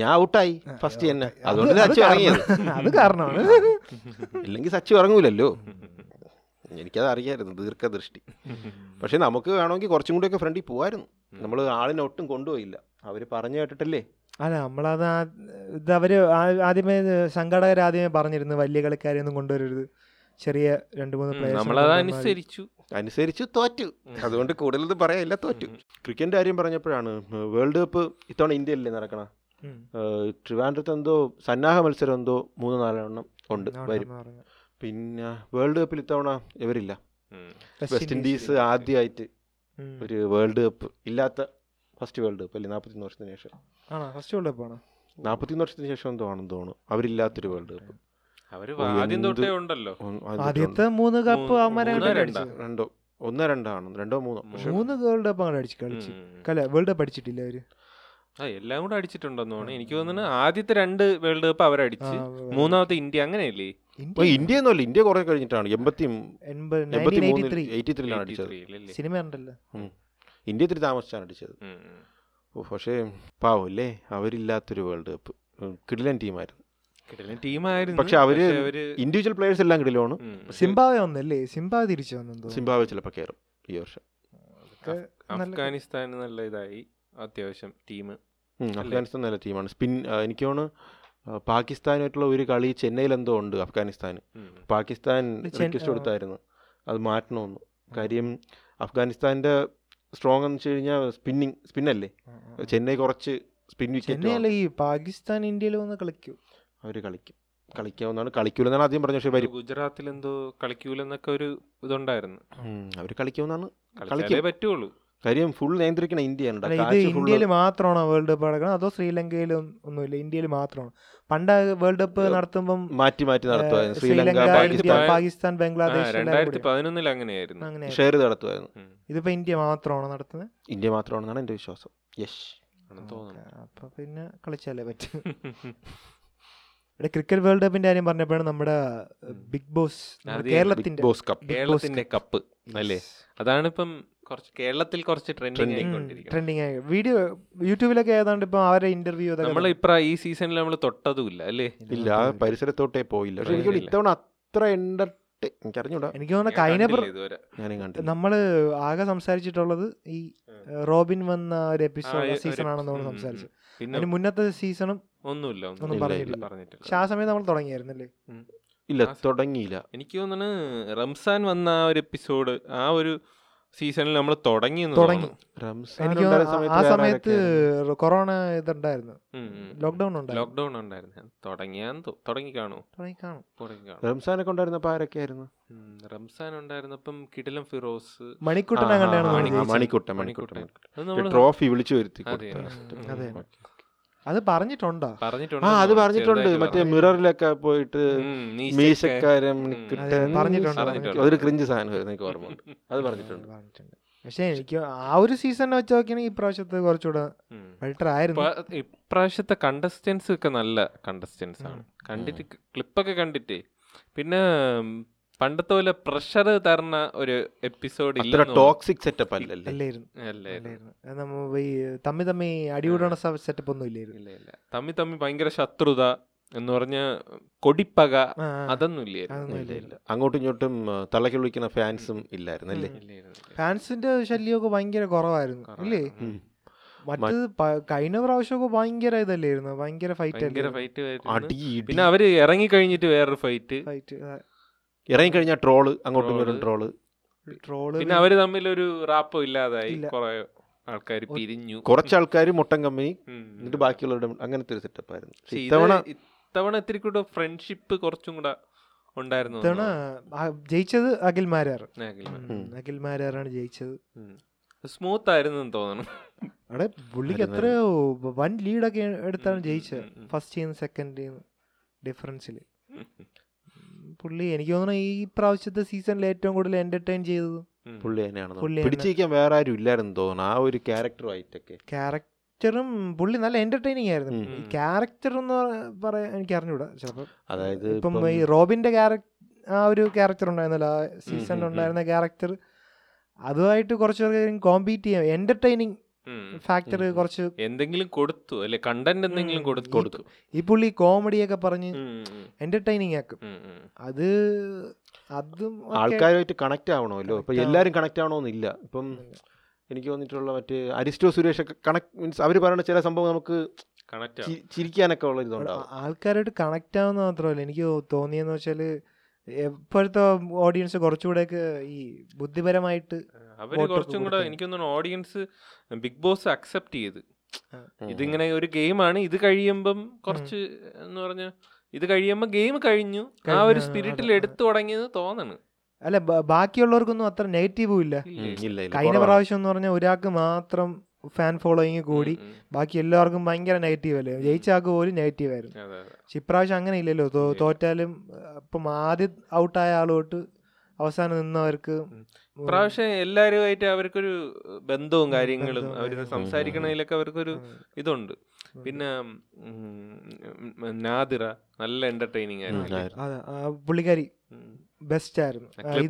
Speaker 2: ഞാൻ ഔട്ടായി
Speaker 1: ആ,
Speaker 2: ഫസ്റ്റ് തന്നെ
Speaker 1: അത്
Speaker 2: അതുകൊണ്ട്
Speaker 1: അത്
Speaker 2: സച്ചു
Speaker 1: കാരണം-
Speaker 2: ഇറങ്ങിയത്
Speaker 1: അത് കാരണമാണ്
Speaker 2: ഇല്ലെങ്കിൽ സച്ചു ഇറങ്ങൂലല്ലോ എനിക്കത് അറിയായിരുന്നു ദീർഘദൃഷ്ടി പക്ഷെ നമുക്ക് വേണമെങ്കിൽ കുറച്ചും കൂടിയൊക്കെ ഫ്രണ്ടിൽ പോകായിരുന്നു നമ്മൾ ആളിനെ ഒട്ടും കൊണ്ടുപോയില്ല അവർ പറഞ്ഞു കേട്ടിട്ടല്ലേ
Speaker 1: അല്ല നമ്മളത് ആ- ഇത് അവര് ആ- ആദ്യമേ ഇത് സംഘാടകർ ആദ്യമേ പറഞ്ഞിരുന്നു വലിയ കളിക്കാരെയൊന്നും കൊണ്ടുവരരുത് ചെറിയ രണ്ട് മൂന്ന്
Speaker 4: നമ്മളത്
Speaker 1: പ്ലേയേഴ്സ്
Speaker 4: അനുസരിച്ചു
Speaker 2: അനുസരിച്ച് തോറ്റു
Speaker 4: ഉം.
Speaker 2: അതുകൊണ്ട് കൂടുതലൊന്നും പറയാനില്ല തോറ്റു ക്രിക്കറ്റിൻ്റെ കാര്യം പറഞ്ഞപ്പോഴാണ് ഏഹ്, വേൾഡ് കപ്പ് ഇത്തവണ ഇന്ത്യയിലല്ലേ നടക്കണ ഏഹ്, ട്രിവാൻഡ്രത്ത് എന്തോ സന്നാഹ മത്സരം എന്തോ മൂന്ന് നാലെണ്ണം ഉണ്ട് വരും പിന്നെ വേൾഡ് കപ്പിൽ ഇത്തവണ ഇവരില്ല വെസ്റ്റ് ഇൻഡീസ് ആദ്യമായിട്ട് ഒരു വേൾഡ് കപ്പ് ഇല്ലാത്ത ഫസ്റ്റ് വേൾഡ് കപ്പ് അല്ലേ നാൽപ്പത്തിമൂന്ന് വർഷത്തിന് ശേഷം
Speaker 1: ആണോ ഫസ്റ്റ് വേൾഡ് കപ്പാണോ
Speaker 2: നാൽപ്പത്തിമൂന്ന് വർഷത്തിന് ശേഷം എന്തോ ആണെന്ന് തോന്നുന്നു അവരില്ലാത്തൊരു വേൾഡ് കപ്പ്
Speaker 4: അവര്
Speaker 2: ഓ,
Speaker 4: ആദ്യം
Speaker 2: എന്ത്
Speaker 4: തൊട്ടേ ഉണ്ടല്ലോ
Speaker 2: ഒന്ന് ആദ്യത്തെ
Speaker 1: ആദ്യത്തെ മൂന്ന് കപ്പ്
Speaker 4: മൂന്ന്-
Speaker 1: അവന്മാരെ
Speaker 4: മൂന്നോ
Speaker 1: അങ്ങോട്ട്
Speaker 4: രണ്ടോ?
Speaker 1: അടിച്ചു.
Speaker 2: രണ്ടോ ഒന്നോ രണ്ടാണ് രണ്ടോ മൂന്നോ പക്ഷെ
Speaker 1: മൂന്ന് വേൾഡ് കപ്പ് അങ്ങനെ അടിച്ചു കളിച്ചു
Speaker 4: ഉം.
Speaker 1: കല വേൾഡ് കപ്പ് അടിച്ചിട്ടില്ല അവര്
Speaker 4: ആ എല്ലാം കൂടെ അടിച്ചിട്ടുണ്ടെന്ന് തോന്നുന്നു എനിക്ക് തോന്നുന്നു ആദ്യത്തെ രണ്ട് വേൾഡ് കപ്പ് അവരടിച്ച് മൂന്നാമത്തെ ഇന്ത്യ അങ്ങനെയല്ലേ
Speaker 2: ഇപ്പൊ ഇന്ത്യ ഒന്നുമല്ല ഇന്ത്യ കുറെ കഴിഞ്ഞിട്ടാണ് എൺപത്തി എൺപത്തി മൂന്നിൽ
Speaker 1: എൺപത്
Speaker 2: എയ്റ്റി ത്രീലാണ് അടിച്ചത്
Speaker 4: 83 യിലല്ലേ?
Speaker 1: സിനിമ ഉണ്ടല്ലോ
Speaker 2: ഇന്ത്യ ഇത്തിരി താമസിച്ചാണ് അടിച്ചത്
Speaker 4: ഉം, ഉം.
Speaker 2: ഓ പക്ഷേ പാവം അല്ലേ അവരില്ലാത്തൊരു വേൾഡ് കപ്പ് കിടിലൻ ടീമായിരുന്നു
Speaker 4: കിടിലൻ ടീമായിരുന്നു
Speaker 2: പക്ഷെ അവര്
Speaker 4: അവര്
Speaker 2: ഇൻഡിവിജ്വൽ പ്ലേയേഴ്സ് എല്ലാം കിടിലാണ്
Speaker 4: ഉം.
Speaker 1: സിംബാവെ ഒന്നല്ലേ സിംബാവെ തിരിച്ചു വന്നു
Speaker 2: സിംബാബ്വെ ചിലപ്പോൾ കയറും ഈ വർഷം
Speaker 4: അഫ്ഗാനിസ്ഥാൻ നല്ല ഇതായി അത്യാവശ്യം ടീം
Speaker 2: ഉം, അഫ്ഗാനിസ്ഥാൻ നല്ല ടീമാണ് സ്പിൻ ആ, എനിക്ക് തോന്നുന്നു ആ, പാകിസ്ഥാനായിട്ടുള്ള ഒരു കളി ചെന്നൈയിൽ എന്തോ ഉണ്ട് അഫ്ഗാനിസ്ഥാന് പാകിസ്ഥാൻ
Speaker 1: ചെൻ-
Speaker 2: റിക്വസ്റ്റ് കൊടുത്തായിരുന്നു അത് മാറ്റണമെന്ന് കാര്യം അഫ്ഗാനിസ്ഥാൻ്റെ സ്ട്രോങ് എന്ന് വെച്ച് കഴിഞ്ഞാൽ സ്പിന്നിങ് സ്പിന്നല്ലേ ചെന്നൈ കുറച്ച് സ്പിൻ
Speaker 1: ചെന്നൈ
Speaker 2: വിക്കറ്റ്
Speaker 1: അല്ല ഈ പാകിസ്ഥാൻ ഇന്ത്യയിൽ വന്ന് കളിക്കൂ
Speaker 2: അവർ കളിക്കും കളിക്കാവുന്നതാണ് കളിക്കൂലെന്നാണ് ആദ്യം പറഞ്ഞത് പക്ഷേ വരും
Speaker 4: ഗുജറാത്തിൽ എന്തോ കളിക്കൂലെന്നൊക്കെ ഒരു ഇതുണ്ടായിരുന്നു
Speaker 2: അവർ കളിക്കാവുന്നതാണ്
Speaker 4: കളിച്ചാലേ
Speaker 2: കളിക്കും
Speaker 4: പറ്റുള്ളൂ
Speaker 2: കാര്യം ഫുൾ നിയന്ത്രിക്കണ ഇന്ത്യയാണ്
Speaker 1: അല്ല ഇത് ഇന്ത്യയിൽ മാത്രമാണോ വേൾഡ് കപ്പ് നടക്കണം അതോ ശ്രീലങ്കയിലും ഒന്നുമില്ല ഇന്ത്യയിൽ മാത്രമാണ് പണ്ട് വേൾഡ് കപ്പ് നടത്തുമ്പം
Speaker 2: മാറ്റി മാറ്റി നടത്തുമായിരുന്നു ശ്രീലങ്ക
Speaker 1: ശ്രീലങ്ക ഇന്ത്യ
Speaker 2: പാകിസ്ഥാൻ
Speaker 4: പാകിസ്ഥാൻ-
Speaker 1: പാകിസ്ഥാൻ ബംഗ്ലാദേശ് എല്ലാം
Speaker 4: രണ്ടായിരത്തി
Speaker 1: കൂടിയാ.
Speaker 4: പതിനൊന്നിൽ അങ്ങനെയായിരുന്നു
Speaker 1: അങ്ങനെ
Speaker 2: ഷെയർ നടത്തുമായിരുന്നു
Speaker 4: ഉം.
Speaker 1: ഇതിപ്പോ ഇന്ത്യ മാത്രമാണോ നടത്തുന്നത്
Speaker 2: ഇന്ത്യ മാത്രമാണെന്നാണ് എൻ്റെ വിശ്വാസം യെസ്
Speaker 4: ആണെന്ന് തോന്നുന്നു
Speaker 1: അപ്പൊ പിന്നെ കളിച്ചാലേ പറ്റും ഇവിടെ ക്രിക്കറ്റ് വേൾഡ് കപ്പിന്റെ കാര്യം പറഞ്ഞപ്പോഴാണ് നമ്മുടെ ബിഗ് ബോസ് നമ്മുടെ
Speaker 4: അതെ,
Speaker 1: കേരളത്തിന്റെ
Speaker 2: ബോസ് കപ്പ്
Speaker 1: Big Boss
Speaker 4: കേരളത്തിന്റെ കപ്പ് അല്ലേ അതാണ് ഇപ്പം കുറച്ച് കേരളത്തിൽ കുറച്ച് ട്രെൻഡിങ് ആയിക്കൊണ്ടിരിക്കുന്നത്
Speaker 1: ട്രെൻഡിങ് ആയി വീഡിയോ യൂട്യൂബിലൊക്കെ ഏതാണ്ട് ഇപ്പൊ അവരെ ഇന്റർവ്യൂ
Speaker 4: നമ്മൾ ഇപ്രാ ഈ സീസണിൽ നമ്മൾ തൊട്ടതുമില്ല അല്ലേ
Speaker 2: ഇല്ല ആ പരിസരത്തോട്ടേ പോയില്ല പക്ഷെ എനിക്ക് തോന്നുന്നു ഇത്തവണ അത്ര എൻ്റർടൈ എനിക്കറിഞ്ഞൂടാ
Speaker 1: എനിക്ക് തോന്നുന്നു
Speaker 4: ഞാൻ
Speaker 1: കൈനബർ
Speaker 4: കണ്ടില്ല ഇതുവരെ
Speaker 2: ഞാനും കണ്ടില്ല
Speaker 1: നമ്മള് ആകെ സംസാരിച്ചിട്ടുള്ളത് ഈ ഏഹ്, റോബിൻ വന്ന ഒരു
Speaker 4: ആ,
Speaker 1: എപ്പിസോഡ്
Speaker 4: ഒരു
Speaker 1: സീസൺ ആണെന്ന്
Speaker 4: ഉം,
Speaker 1: തോന്നുന്നു
Speaker 4: ഉം.
Speaker 1: സംസാരിച്ചു
Speaker 4: പിന്നെ
Speaker 1: അതിന് മുന്നത്തെ സീസണും
Speaker 4: ഒന്നുമില്ല
Speaker 1: ഒന്നും
Speaker 4: ഒന്നും
Speaker 1: പറഞ്ഞിട്ടില്ല.
Speaker 4: പറഞ്ഞിട്ടില്ല
Speaker 1: പക്ഷെ ആ സമയത്ത് നമ്മൾ തുടങ്ങിയായിരുന്നല്ലേ
Speaker 2: ഇല്ല
Speaker 4: ആ-
Speaker 2: തുടങ്ങിയില്ല
Speaker 4: എനിക്ക് തോന്നുന്നു റംസാൻ വന്ന ആ ഒരു എപ്പിസോഡ് ആ ഒരു സീസണിൽ നമ്മൾ തുടങ്ങി
Speaker 1: തുടങ്ങി.
Speaker 2: റംസാൻ
Speaker 1: എനിക്ക്
Speaker 2: ഉണ്ടായ
Speaker 1: തോന്നുന്നു ആ- ആ
Speaker 2: വേറെ
Speaker 1: സമയത്ത്
Speaker 2: ആരൊക്കെയായിരുന്നു?
Speaker 1: കൊറോണ ഇതുണ്ടായിരുന്നു ലോക്ക്ഡൌൺ ഉണ്ടായിരുന്നു
Speaker 4: ലോക്ക്ഡൌൺ ഉണ്ടായിരുന്നു തുടങ്ങിയാന്ന് തോ- തുടങ്ങി കാണോ
Speaker 1: തുടങ്ങി കാണും
Speaker 4: തുടങ്ങി കാണും
Speaker 2: റംസാനൊക്കെ ഉണ്ടായിരുന്നപ്പോൾ ആരൊക്കെയായിരുന്നു
Speaker 4: ഉം, റംസാൻ ഉണ്ടായിരുന്നപ്പം കിടിലം ഫിറോസ്
Speaker 1: മണിക്കുട്ടൻ
Speaker 2: ആ,
Speaker 1: അങ്ങനെയാണ്
Speaker 2: ആ,
Speaker 1: തോന്നുന്നു
Speaker 2: ആ,
Speaker 1: ജയിച്ചത്.
Speaker 2: മണിക്കുട്ടൻ
Speaker 4: മണിക്കുട്ടൻ.
Speaker 2: മണിക്കുട്ടൻ
Speaker 4: അത് നമ്മള്
Speaker 2: ട്രോഫി വിളിച്ചു വരുത്തി
Speaker 4: അതെ,
Speaker 2: കൊടുത്ത
Speaker 1: അതെ.
Speaker 2: ആ,
Speaker 1: അതെ.
Speaker 2: ഓക്കേ.
Speaker 1: അത് പറഞ്ഞിട്ടുണ്ടോ
Speaker 4: പറഞ്ഞിട്ടുണ്ട്
Speaker 2: ആ അത്
Speaker 4: എന്ന്
Speaker 2: പറഞ്ഞിട്ടുണ്ട്
Speaker 4: ചെറുതായിട്ട്
Speaker 2: മറ്റേ
Speaker 4: പറഞ്ഞു.
Speaker 2: മിററിലൊക്കെ പോയിട്ട്
Speaker 4: ഉം, മീശയൊക്കെ.
Speaker 2: മീശക്കാരൻ
Speaker 4: ഉം.
Speaker 1: അതെ,
Speaker 2: കിട്ടാൻ
Speaker 1: പറഞ്ഞിട്ടുണ്ട്,
Speaker 4: പറഞ്ഞിട്ടുണ്ട്.
Speaker 2: അതൊരു ക്രിഞ്ച് സാധനമായിരുന്നു എനിക്ക് ഓർമ്മയുണ്ട് അത് പറഞ്ഞിട്ടുണ്ട്
Speaker 1: പറഞ്ഞിട്ടുണ്ട് പക്ഷെ എനിക്ക് ആ ഒരു സീസണിനെ വെച്ച് നോക്കിയാണെങ്കിൽ ഇപ്രാവശ്യത്തെ കുറച്ചുകൂടെ
Speaker 4: ഉം.
Speaker 1: ബെറ്റർ ആയിരുന്നു
Speaker 4: ഇപ്പ- ഇപ്രാവശ്യത്തെ കണ്ടസ്റ്റൻസ് ഒക്കെ നല്ല കണ്ടസ്റ്റൻസ് ആണ് കണ്ടിട്ട് ക്ലിപ്പൊക്കെ കണ്ടിട്ടേ പിന്നെ ഉം, പണ്ടത്തെ പോലെ പ്രഷർ തരുന്ന ഒരു എപ്പിസോഡ്
Speaker 2: അത്ര ടോക്സിക് സെറ്റപ്പ് അല്ലല്ലേ
Speaker 1: അല്ലായിരുന്നു
Speaker 4: ഇല്ല
Speaker 1: അല്ലായിരുന്നു അത് നമ്മ ഈ തമ്മി തമ്മി അടികൂടണ സെറ്റപ്പ് ഒന്നും ഇല്ലായിരുന്നു
Speaker 4: ഇല്ല തമ്മി തമ്മി ഭയങ്കര ശത്രുത എന്ന് പറഞ്ഞ കൊടിപ്പക
Speaker 1: ആ, ആ.
Speaker 4: അതൊന്നും ഇല്ലേ
Speaker 1: അതൊന്നും
Speaker 2: ഇല്ല,
Speaker 1: ഇല്ലായിരുന്നു.
Speaker 2: ഇല്ല. അങ്ങോട്ടും ഇങ്ങോട്ടും ആ, തലയ്ക്ക് വിളിക്കുന്ന ഫാൻസും ഇല്ലായിരുന്നു അല്ലേ
Speaker 1: ഫാൻസിന്റെ ശല്യമൊക്കെ ഭയങ്കര കുറവായിരുന്നു ഇല്ലേ മറ്റേത് പ- കഴിഞ്ഞ പ്രാവശ്യമൊക്കെ ഭയങ്കര ഇതല്ലായിരുന്നു ഭയങ്കര ഫൈറ്റ്
Speaker 4: ഭയങ്കര ഫൈറ്റ്
Speaker 2: അടി ഇടി
Speaker 4: പിന്നെ അവര് ഇറങ്ങി കഴിഞ്ഞിട്ട് വേറൊരു ഫൈറ്റ്
Speaker 1: ഫൈറ്റ്
Speaker 2: ഇറങ്ങിക്കഴിഞ്ഞാൽ ട്രോള് അങ്ങോട്ടും
Speaker 4: Troll.
Speaker 2: ഇങ്ങോട്ടും ട്രോള്
Speaker 1: ട്രോള്
Speaker 4: പിന്നെ അവര് തമ്മിൽ ഒരു റാപ്പോ ഇല്ലാതായി
Speaker 1: ഇല്ല.
Speaker 4: കുറെ ആൾക്കാർ പിരിഞ്ഞു
Speaker 2: കുറച്ച് ആൾക്കാർ മുട്ടൻ കമ്പനി
Speaker 4: ഉം.
Speaker 2: എന്നിട്ട് ബാക്കിയുള്ളവരുടെ അങ്ങനത്തെ ഒരു സെറ്റപ്പ് ആയിരുന്നു
Speaker 4: പക്ഷേ ഇത്
Speaker 2: ഇത്തവണ
Speaker 4: ഇത്തവണ ഇത്തിരി കൂടെ ഫ്രണ്ട്ഷിപ്പ് കുറച്ചും കൂടെ ഉണ്ടായിരുന്നു
Speaker 1: ഇത്തവണ ആ ജയിച്ചത് അഖിൽ മാരാർ
Speaker 2: ഉം.
Speaker 1: അഖിൽ മാരാറാണ് ജയിച്ചത്
Speaker 4: സ്മൂത്ത് ആയിരുന്നു എന്ന് തോന്നുന്നു
Speaker 1: അവിടെ പുള്ളിക്ക്
Speaker 2: അഖിൽ
Speaker 1: എത്രയോ വൻ ലീഡൊക്കെ എടുത്താണ്
Speaker 4: ഉം,
Speaker 1: ജയിച്ചത്
Speaker 4: ഉം, ഉം.
Speaker 1: ഫസ്റ്റ് നിന്ന് സെക്കൻഡ് ഡിഫറൻസിൽ പുള്ളി എനിക്ക് തോന്നുന്നു ഈ പ്രാവശ്യത്തെ സീസണിൽ ഏറ്റവും കൂടുതൽ എന്റർടൈൻ ചെയ്തത്
Speaker 4: ഉം.
Speaker 2: പുള്ളി തന്നെയാണ്
Speaker 1: പുള്ളി തന്നെ.
Speaker 2: പിടിച്ചിരിക്കാൻ വേറെ ആരും ഇല്ലായിരുന്നു തോന്നുന്നു ആ ഒരു ക്യാരക്ടറുമായിട്ടൊക്കെ
Speaker 1: ക്യാരക്ടറും പുള്ളി നല്ല എന്റർടൈനിങ് ആയിരുന്നു
Speaker 2: ഉം.
Speaker 1: ഈ ക്യാരക്ടർ എന്ന് പറയാൻ എനിക്ക് അറിഞ്ഞൂടാ ചിലപ്പോൾ
Speaker 2: അതായത്
Speaker 1: ഇപ്പം
Speaker 2: ഇപ്പം
Speaker 1: ഈ റോബിന്റെ ക്യാരക്ടർ ആ ഒരു ക്യാരക്ടർ ഉണ്ടായിരുന്നല്ലോ ആ സീസണിൽ
Speaker 2: ഉം, ഉം.
Speaker 1: ഉണ്ടായിരുന്ന ക്യാരക്ടർ അതുമായിട്ട് കുറച്ച് കോമ്പീറ്റ് ചെയ്യാം എന്റർടൈനിങ്
Speaker 4: ഉം.
Speaker 1: ഫാക്ടർ
Speaker 2: ഉം, ഉം.
Speaker 1: കുറച്ച്
Speaker 4: എന്തെങ്കിലും കൊടുത്തു അല്ലെ കണ്ടന്റ് എന്തെങ്കിലും
Speaker 1: ഉം.
Speaker 4: കൊടുത്തു
Speaker 1: കൊടുത്തു. ഈ പുള്ളി കോമഡിയൊക്കെ പറഞ്ഞ്
Speaker 4: ഉം, ഉം,
Speaker 1: എന്റർടൈനിങ് ആക്കും
Speaker 4: ഉം, ഉം.
Speaker 1: അത് അതും ഒക്കെ
Speaker 2: ആൾക്കാരുമായിട്ട് കണക്ട് ആവണമല്ലോ ഇപ്പൊ
Speaker 1: Connect ആവണം.
Speaker 2: എല്ലാരും കണക്ട് ആവണമെന്നില്ല ഇപ്പം എനിക്ക് തോന്നിയിട്ടുള്ള മറ്റേ അരിസ്റ്റോ സുരേഷ് ഒക്കെ കണക്ട് മീൻസ് അവർ പറയുന്ന ചില സംഭവം നമുക്ക്
Speaker 4: Connect ആവും.
Speaker 2: ചി- ചിരിക്കാനൊക്കെ ഉള്ള
Speaker 1: ആ-
Speaker 2: ഇതുണ്ടാവും
Speaker 1: ആൾക്കാരായിട്ട് കണക്ട് ആവുന്ന മാത്രമല്ല എനിക്ക് തോന്നിയെന്ന് വെച്ചാല് ഇപ്പോഴത്തെ ഓഡിയൻസ് കുറച്ചുകൂടെയൊക്കെ ഈ ബുദ്ധിപരമായിട്ട്
Speaker 4: അവര്
Speaker 1: വോട്ടൊക്കെ
Speaker 4: കുറച്ചും കൂടെ
Speaker 1: കൊടുത്തു.
Speaker 4: എനിക്ക് തോന്നുന്നു ഓഡിയൻസ് ബിഗ് ബോസ് അക്സെപ്റ്റ് ചെയ്ത്
Speaker 2: ഉം.
Speaker 4: ഇതിങ്ങനെ ഒരു ഗെയിമാണ് ഇത് കഴിയുമ്പം കുറച്ച് എന്ന് പറഞ്ഞ ഇത് കഴിയുമ്പോ ഗെയിം കഴിഞ്ഞു ആ ഒരു
Speaker 1: കഴിഞ്ഞു,
Speaker 4: സ്പിരിറ്റിൽ
Speaker 1: അതെ, അതെ.
Speaker 4: എടുത്തു തുടങ്ങിയത് തോന്നണ്
Speaker 1: അല്ല ബ- ബാക്കിയുള്ളവർക്കൊന്നും അത്ര നെഗറ്റീവും ഇല്ല
Speaker 4: ഇല്ലേ?
Speaker 2: ഉം, ഇല്ല ഇല്ല
Speaker 1: കഴിഞ്ഞ
Speaker 2: കുറവാണ്.
Speaker 1: പ്രാവശ്യം എന്ന് പറഞ്ഞാൽ ഒരാൾക്ക് മാത്രം ഫാൻ ഫോളോയിങ് കൂടി
Speaker 4: ഉം, ഉം.
Speaker 1: ബാക്കി എല്ലാവർക്കും ഭയങ്കര നെഗറ്റീവ് അല്ലേ ജയിച്ച ആൾക്ക് പോലും നെഗറ്റീവ് ആയിരുന്നു
Speaker 4: അതെ, അതെ.
Speaker 1: പക്ഷെ ഇപ്രാവശ്യം അങ്ങനെ ഇല്ലല്ലോ തോ-
Speaker 4: ഇല്ല.
Speaker 1: തോറ്റാലും അഹ് ഇപ്പം ആദ്യം ഔട്ടായ ആളോട്ട് അവസാനം നിന്നവർക്ക്
Speaker 4: ഉം. പ്രാവശ്യം എല്ലാവരുമായിട്ട് അവർക്കൊരു ബന്ധവും കാര്യങ്ങളും
Speaker 1: ബന്ധവും
Speaker 4: അവർ
Speaker 1: കാര്യങ്ങളും.
Speaker 4: സംസാരിക്കണതിലൊക്കെ അവർക്കൊരു
Speaker 1: ഉം.
Speaker 4: ഇതുണ്ട് പിന്നെ ഉം, ഉം, നാദിറ നല്ല എന്റർടൈനിങ് ആയിരുന്നു
Speaker 2: ഉം, ആയിരുന്നു.
Speaker 1: അതെ ആ പുള്ളിക്കാരി
Speaker 4: ഉം.
Speaker 1: ബെസ്റ്റ് ആയിരുന്നു
Speaker 4: ആ clip